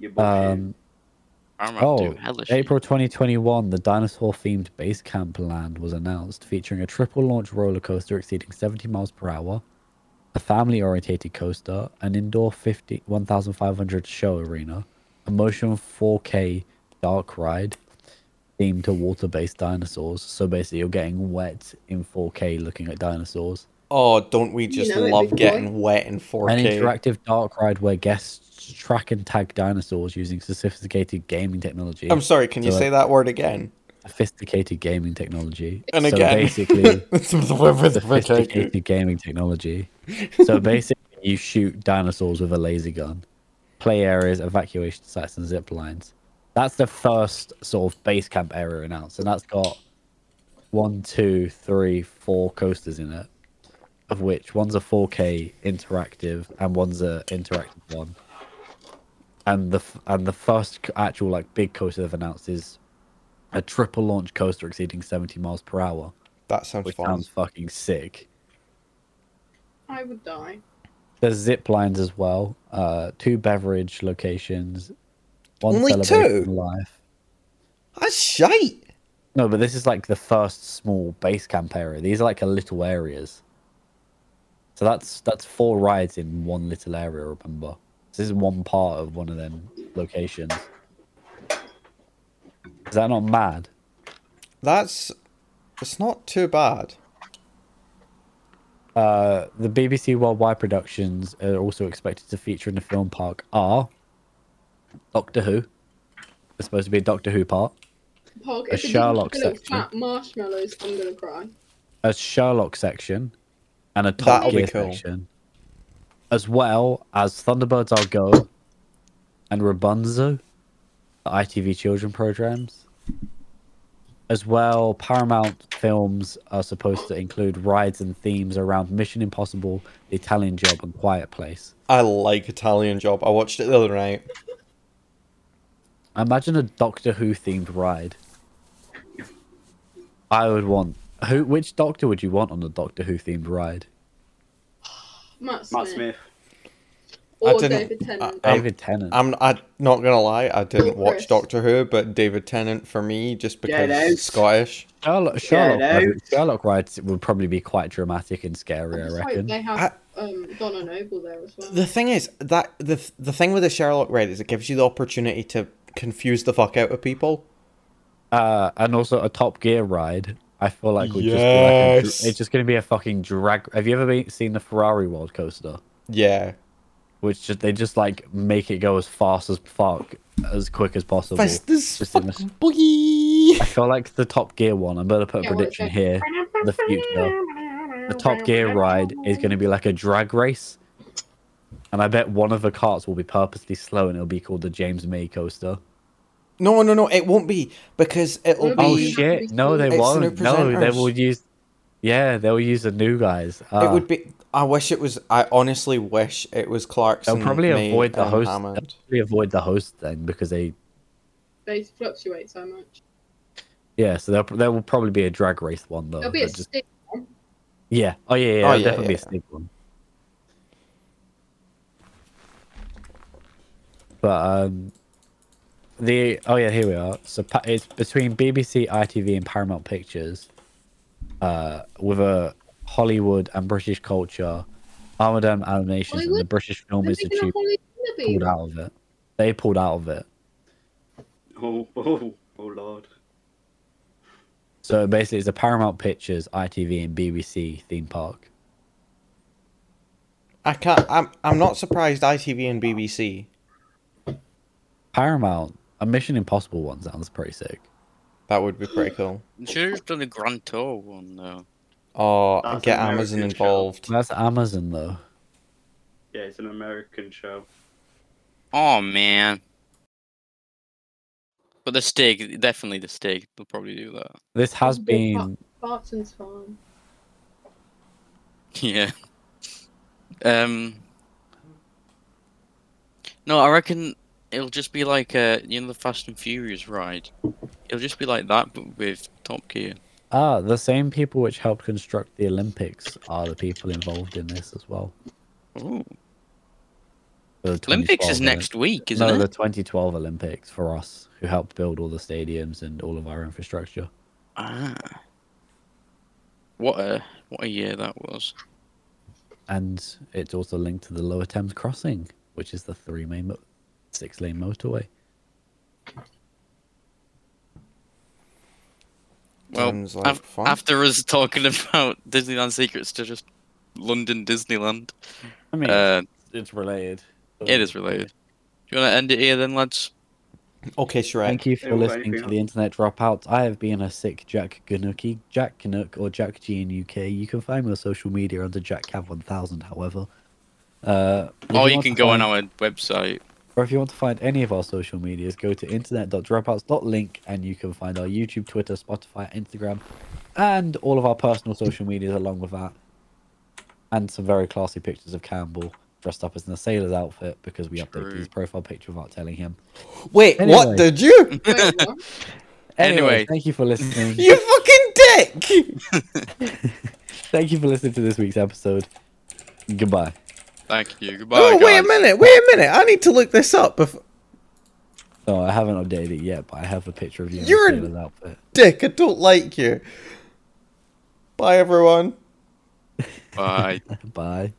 [SPEAKER 5] You're bullshit.
[SPEAKER 3] Um,
[SPEAKER 1] Paramount
[SPEAKER 3] oh,
[SPEAKER 1] do hella shit.
[SPEAKER 3] April 2021, the dinosaur-themed base camp land was announced, featuring a triple-launch roller coaster exceeding 70 miles per hour, a family-orientated coaster, an indoor 50 1,500 show arena, a motion 4K dark ride themed to water-based dinosaurs. So basically, you're getting wet in 4K looking at dinosaurs.
[SPEAKER 4] Oh, don't we just
[SPEAKER 2] know it,
[SPEAKER 4] love
[SPEAKER 2] big boy.
[SPEAKER 4] getting wet in 4K?
[SPEAKER 3] An interactive dark ride where guests track and tag dinosaurs using sophisticated gaming technology.
[SPEAKER 4] I'm sorry, can you
[SPEAKER 3] So,
[SPEAKER 4] say that word again?
[SPEAKER 3] sophisticated gaming technology.
[SPEAKER 4] And
[SPEAKER 3] so
[SPEAKER 4] again.
[SPEAKER 3] basically,
[SPEAKER 4] Sophisticated.
[SPEAKER 3] sophisticated gaming technology. So basically, you shoot dinosaurs with a laser gun, play areas, evacuation sites, and zip lines. That's the first sort of base camp area announced, and that's got one, two, three, four coasters in it, of which one's a 4K interactive and one's a interactive one. And the f- and the first c- actual like big coaster they've announced is a triple launch coaster exceeding 70 miles per hour,
[SPEAKER 4] That sounds
[SPEAKER 3] which
[SPEAKER 4] fun.
[SPEAKER 3] sounds fucking sick.
[SPEAKER 2] I would die.
[SPEAKER 3] There's zip lines as well. Uh, two beverage locations. One
[SPEAKER 4] Only
[SPEAKER 3] celebration
[SPEAKER 4] two?
[SPEAKER 3] life.
[SPEAKER 4] That's shite.
[SPEAKER 3] No, but this is like the first small base camp area. These are like a little areas. So that's that's four rides in one little area. Remember, this is one part of one of them locations. Is that not mad?
[SPEAKER 4] That's it's not too bad.
[SPEAKER 3] Uh, the BBC Worldwide productions are also expected to feature in the film park are Doctor Who. There's supposed to be a Doctor Who part.
[SPEAKER 2] Park,
[SPEAKER 3] A
[SPEAKER 2] if it didn't
[SPEAKER 3] Sherlock
[SPEAKER 2] have little
[SPEAKER 3] section.
[SPEAKER 2] fat marshmallows, I'm gonna cry.
[SPEAKER 3] a Sherlock section and a
[SPEAKER 4] That'll
[SPEAKER 3] Top
[SPEAKER 4] be
[SPEAKER 3] Gear
[SPEAKER 4] cool.
[SPEAKER 3] section, as well as Thunderbirds I'll Go and Rabunzo, the ITV children programs. As well, Paramount films are supposed to include rides and themes around Mission Impossible, The Italian Job, and Quiet Place.
[SPEAKER 4] I like Italian Job. I watched it the other night.
[SPEAKER 3] Imagine a Doctor Who themed ride. I would want who? Which Doctor would you want on the Doctor Who themed ride?
[SPEAKER 2] Matt Smith,
[SPEAKER 5] Matt Smith.
[SPEAKER 4] I
[SPEAKER 2] or
[SPEAKER 4] didn't-
[SPEAKER 2] David Tennant.
[SPEAKER 4] I- Um,
[SPEAKER 3] David Tennant.
[SPEAKER 4] I'm I not gonna lie. I didn't watch
[SPEAKER 2] Chris.
[SPEAKER 4] Doctor Who, but David Tennant for me just
[SPEAKER 5] Yeah,
[SPEAKER 4] because
[SPEAKER 5] no.
[SPEAKER 4] Scottish.
[SPEAKER 3] Sherlock, Sherlock,
[SPEAKER 5] no.
[SPEAKER 3] rides, Sherlock rides would probably be quite dramatic and scary, I
[SPEAKER 2] just hope
[SPEAKER 3] reckon.
[SPEAKER 2] they have um, Donna Noble there as well.
[SPEAKER 4] The thing is that the the thing with the Sherlock Red is it gives you the opportunity to confuse the fuck out of people.
[SPEAKER 3] Uh, and also a Top Gear ride, I feel like would just be like a,
[SPEAKER 4] Yes.
[SPEAKER 3] dr- it's just going to be a fucking drag. Have you ever been, seen the Ferrari World Coaster?
[SPEAKER 4] Yeah,
[SPEAKER 3] which just, they just like make it go as fast as fuck, as quick as possible.
[SPEAKER 4] Fast as
[SPEAKER 3] Just
[SPEAKER 4] fuck
[SPEAKER 3] in this-
[SPEAKER 4] boogie.
[SPEAKER 3] I feel like the Top Gear one. I'm gonna put a
[SPEAKER 2] Yeah, what is
[SPEAKER 3] prediction
[SPEAKER 2] it?
[SPEAKER 3] here. The future, the Top Gear ride is gonna be like a drag race, and I bet one of the carts will be purposely slow, and it'll be called the James May coaster.
[SPEAKER 4] No, no, no. It won't be because it'll
[SPEAKER 2] It'll
[SPEAKER 3] Oh
[SPEAKER 4] be.
[SPEAKER 2] be-
[SPEAKER 3] shit! No, they
[SPEAKER 4] It's the new
[SPEAKER 3] won't. No, they
[SPEAKER 4] presenters.
[SPEAKER 3] will use. Yeah, they'll use the new guys. Ah,
[SPEAKER 4] It would be. I wish it was. I honestly wish it was Clarkson.
[SPEAKER 3] they'll probably
[SPEAKER 4] May,
[SPEAKER 3] avoid the
[SPEAKER 4] and
[SPEAKER 3] host. They'll
[SPEAKER 4] Hammond.
[SPEAKER 3] probably Ah, avoid the host then because they.
[SPEAKER 2] They fluctuate so much.
[SPEAKER 3] Yeah, so there there will probably be a drag race one though.
[SPEAKER 2] There'll be a
[SPEAKER 3] Oh, that just-
[SPEAKER 2] stick.
[SPEAKER 3] yeah. Oh yeah, yeah. there'll
[SPEAKER 4] yeah,
[SPEAKER 3] definitely be a
[SPEAKER 4] yeah.
[SPEAKER 3] snake one. But um, the oh yeah, here we are. So pa- it's between BBC, ITV, and Paramount Pictures, uh, with a Hollywood and British culture, Armadam Animations, and the
[SPEAKER 2] Hollywood?
[SPEAKER 3] British Film
[SPEAKER 2] They're making a
[SPEAKER 3] Institute
[SPEAKER 2] Hollywood movie.
[SPEAKER 3] pulled out of it. They pulled out of it.
[SPEAKER 5] Oh, oh, oh, lord.
[SPEAKER 3] So basically, it's a Paramount Pictures, ITV, and BBC theme park.
[SPEAKER 4] I can't. I'm. I'm not surprised. ITV and BBC.
[SPEAKER 3] Paramount, a Mission Impossible one sounds pretty sick.
[SPEAKER 4] That would be pretty cool.
[SPEAKER 1] Should have done a Grand Tour one though.
[SPEAKER 4] Oh,
[SPEAKER 5] That's
[SPEAKER 4] get
[SPEAKER 5] an
[SPEAKER 4] Amazon
[SPEAKER 5] American show.
[SPEAKER 4] involved.
[SPEAKER 3] That's Amazon though.
[SPEAKER 5] Yeah, it's an American show.
[SPEAKER 1] Oh man. But the Stig, definitely the Stig. They'll probably do that.
[SPEAKER 3] This has
[SPEAKER 2] Big Mac.
[SPEAKER 3] been
[SPEAKER 2] Barton's farm.
[SPEAKER 1] Yeah. Um. No, I reckon it'll just be like uh, you know the Fast and Furious ride. It'll just be like that, but with Top Gear.
[SPEAKER 3] ah the same people which helped construct the Olympics are the people involved in this as well.
[SPEAKER 1] Ooh.
[SPEAKER 3] The
[SPEAKER 1] Olympics
[SPEAKER 3] 2012
[SPEAKER 1] is
[SPEAKER 3] Olymp-
[SPEAKER 1] next week, isn't
[SPEAKER 3] No,
[SPEAKER 1] it?
[SPEAKER 3] the 2012 Olympics for us who helped build all the stadiums and all of our infrastructure.
[SPEAKER 1] Ah. What a what a year that was.
[SPEAKER 3] And it's also linked to the Lower Thames Crossing, which is the three main, mo- six lane motorway.
[SPEAKER 1] Well,
[SPEAKER 4] Sounds
[SPEAKER 1] af-
[SPEAKER 4] like fun.
[SPEAKER 1] after us talking about Disneyland secrets to just London Disneyland,
[SPEAKER 3] I mean,
[SPEAKER 1] uh,
[SPEAKER 3] it's related.
[SPEAKER 1] it is related. Do you want to end it here then, lads?
[SPEAKER 4] Okay, Shrek.
[SPEAKER 3] Thank you for
[SPEAKER 5] Anyone got
[SPEAKER 3] listening to
[SPEAKER 5] anything
[SPEAKER 3] the Internet Dropouts. I have been a sick Jack Ganookie, Jack Canuck, or Jack G in UK. You can find me on social media under Jack Cav 1000 however. Uh, if
[SPEAKER 1] Or you
[SPEAKER 3] want
[SPEAKER 1] can
[SPEAKER 3] to
[SPEAKER 1] go on
[SPEAKER 3] find-
[SPEAKER 1] our website.
[SPEAKER 3] Or if you want to find any of our social medias, go to internet.dropouts.link and you can find our YouTube, Twitter, Spotify, Instagram, and all of our personal social medias along with that. And some very classy pictures of Campbell dressed up as in a sailor's outfit because we updated
[SPEAKER 1] True.
[SPEAKER 3] his profile picture without telling him.
[SPEAKER 4] Wait,
[SPEAKER 3] Anyway.
[SPEAKER 4] what did you?
[SPEAKER 2] Wait, what?
[SPEAKER 1] Anyway.
[SPEAKER 3] thank you for listening.
[SPEAKER 4] You fucking dick!
[SPEAKER 3] Thank you for listening to this week's episode. Goodbye.
[SPEAKER 1] Thank you. Goodbye.
[SPEAKER 4] Oh, wait a
[SPEAKER 1] guys.
[SPEAKER 4] minute. Wait a minute. I need to look this up. Before...
[SPEAKER 3] No, Oh, I haven't updated it yet, but I have a picture of you in
[SPEAKER 4] You're-
[SPEAKER 3] a sailor's outfit.
[SPEAKER 4] Dick, I don't like you. Bye, everyone.
[SPEAKER 1] Bye.
[SPEAKER 3] Bye.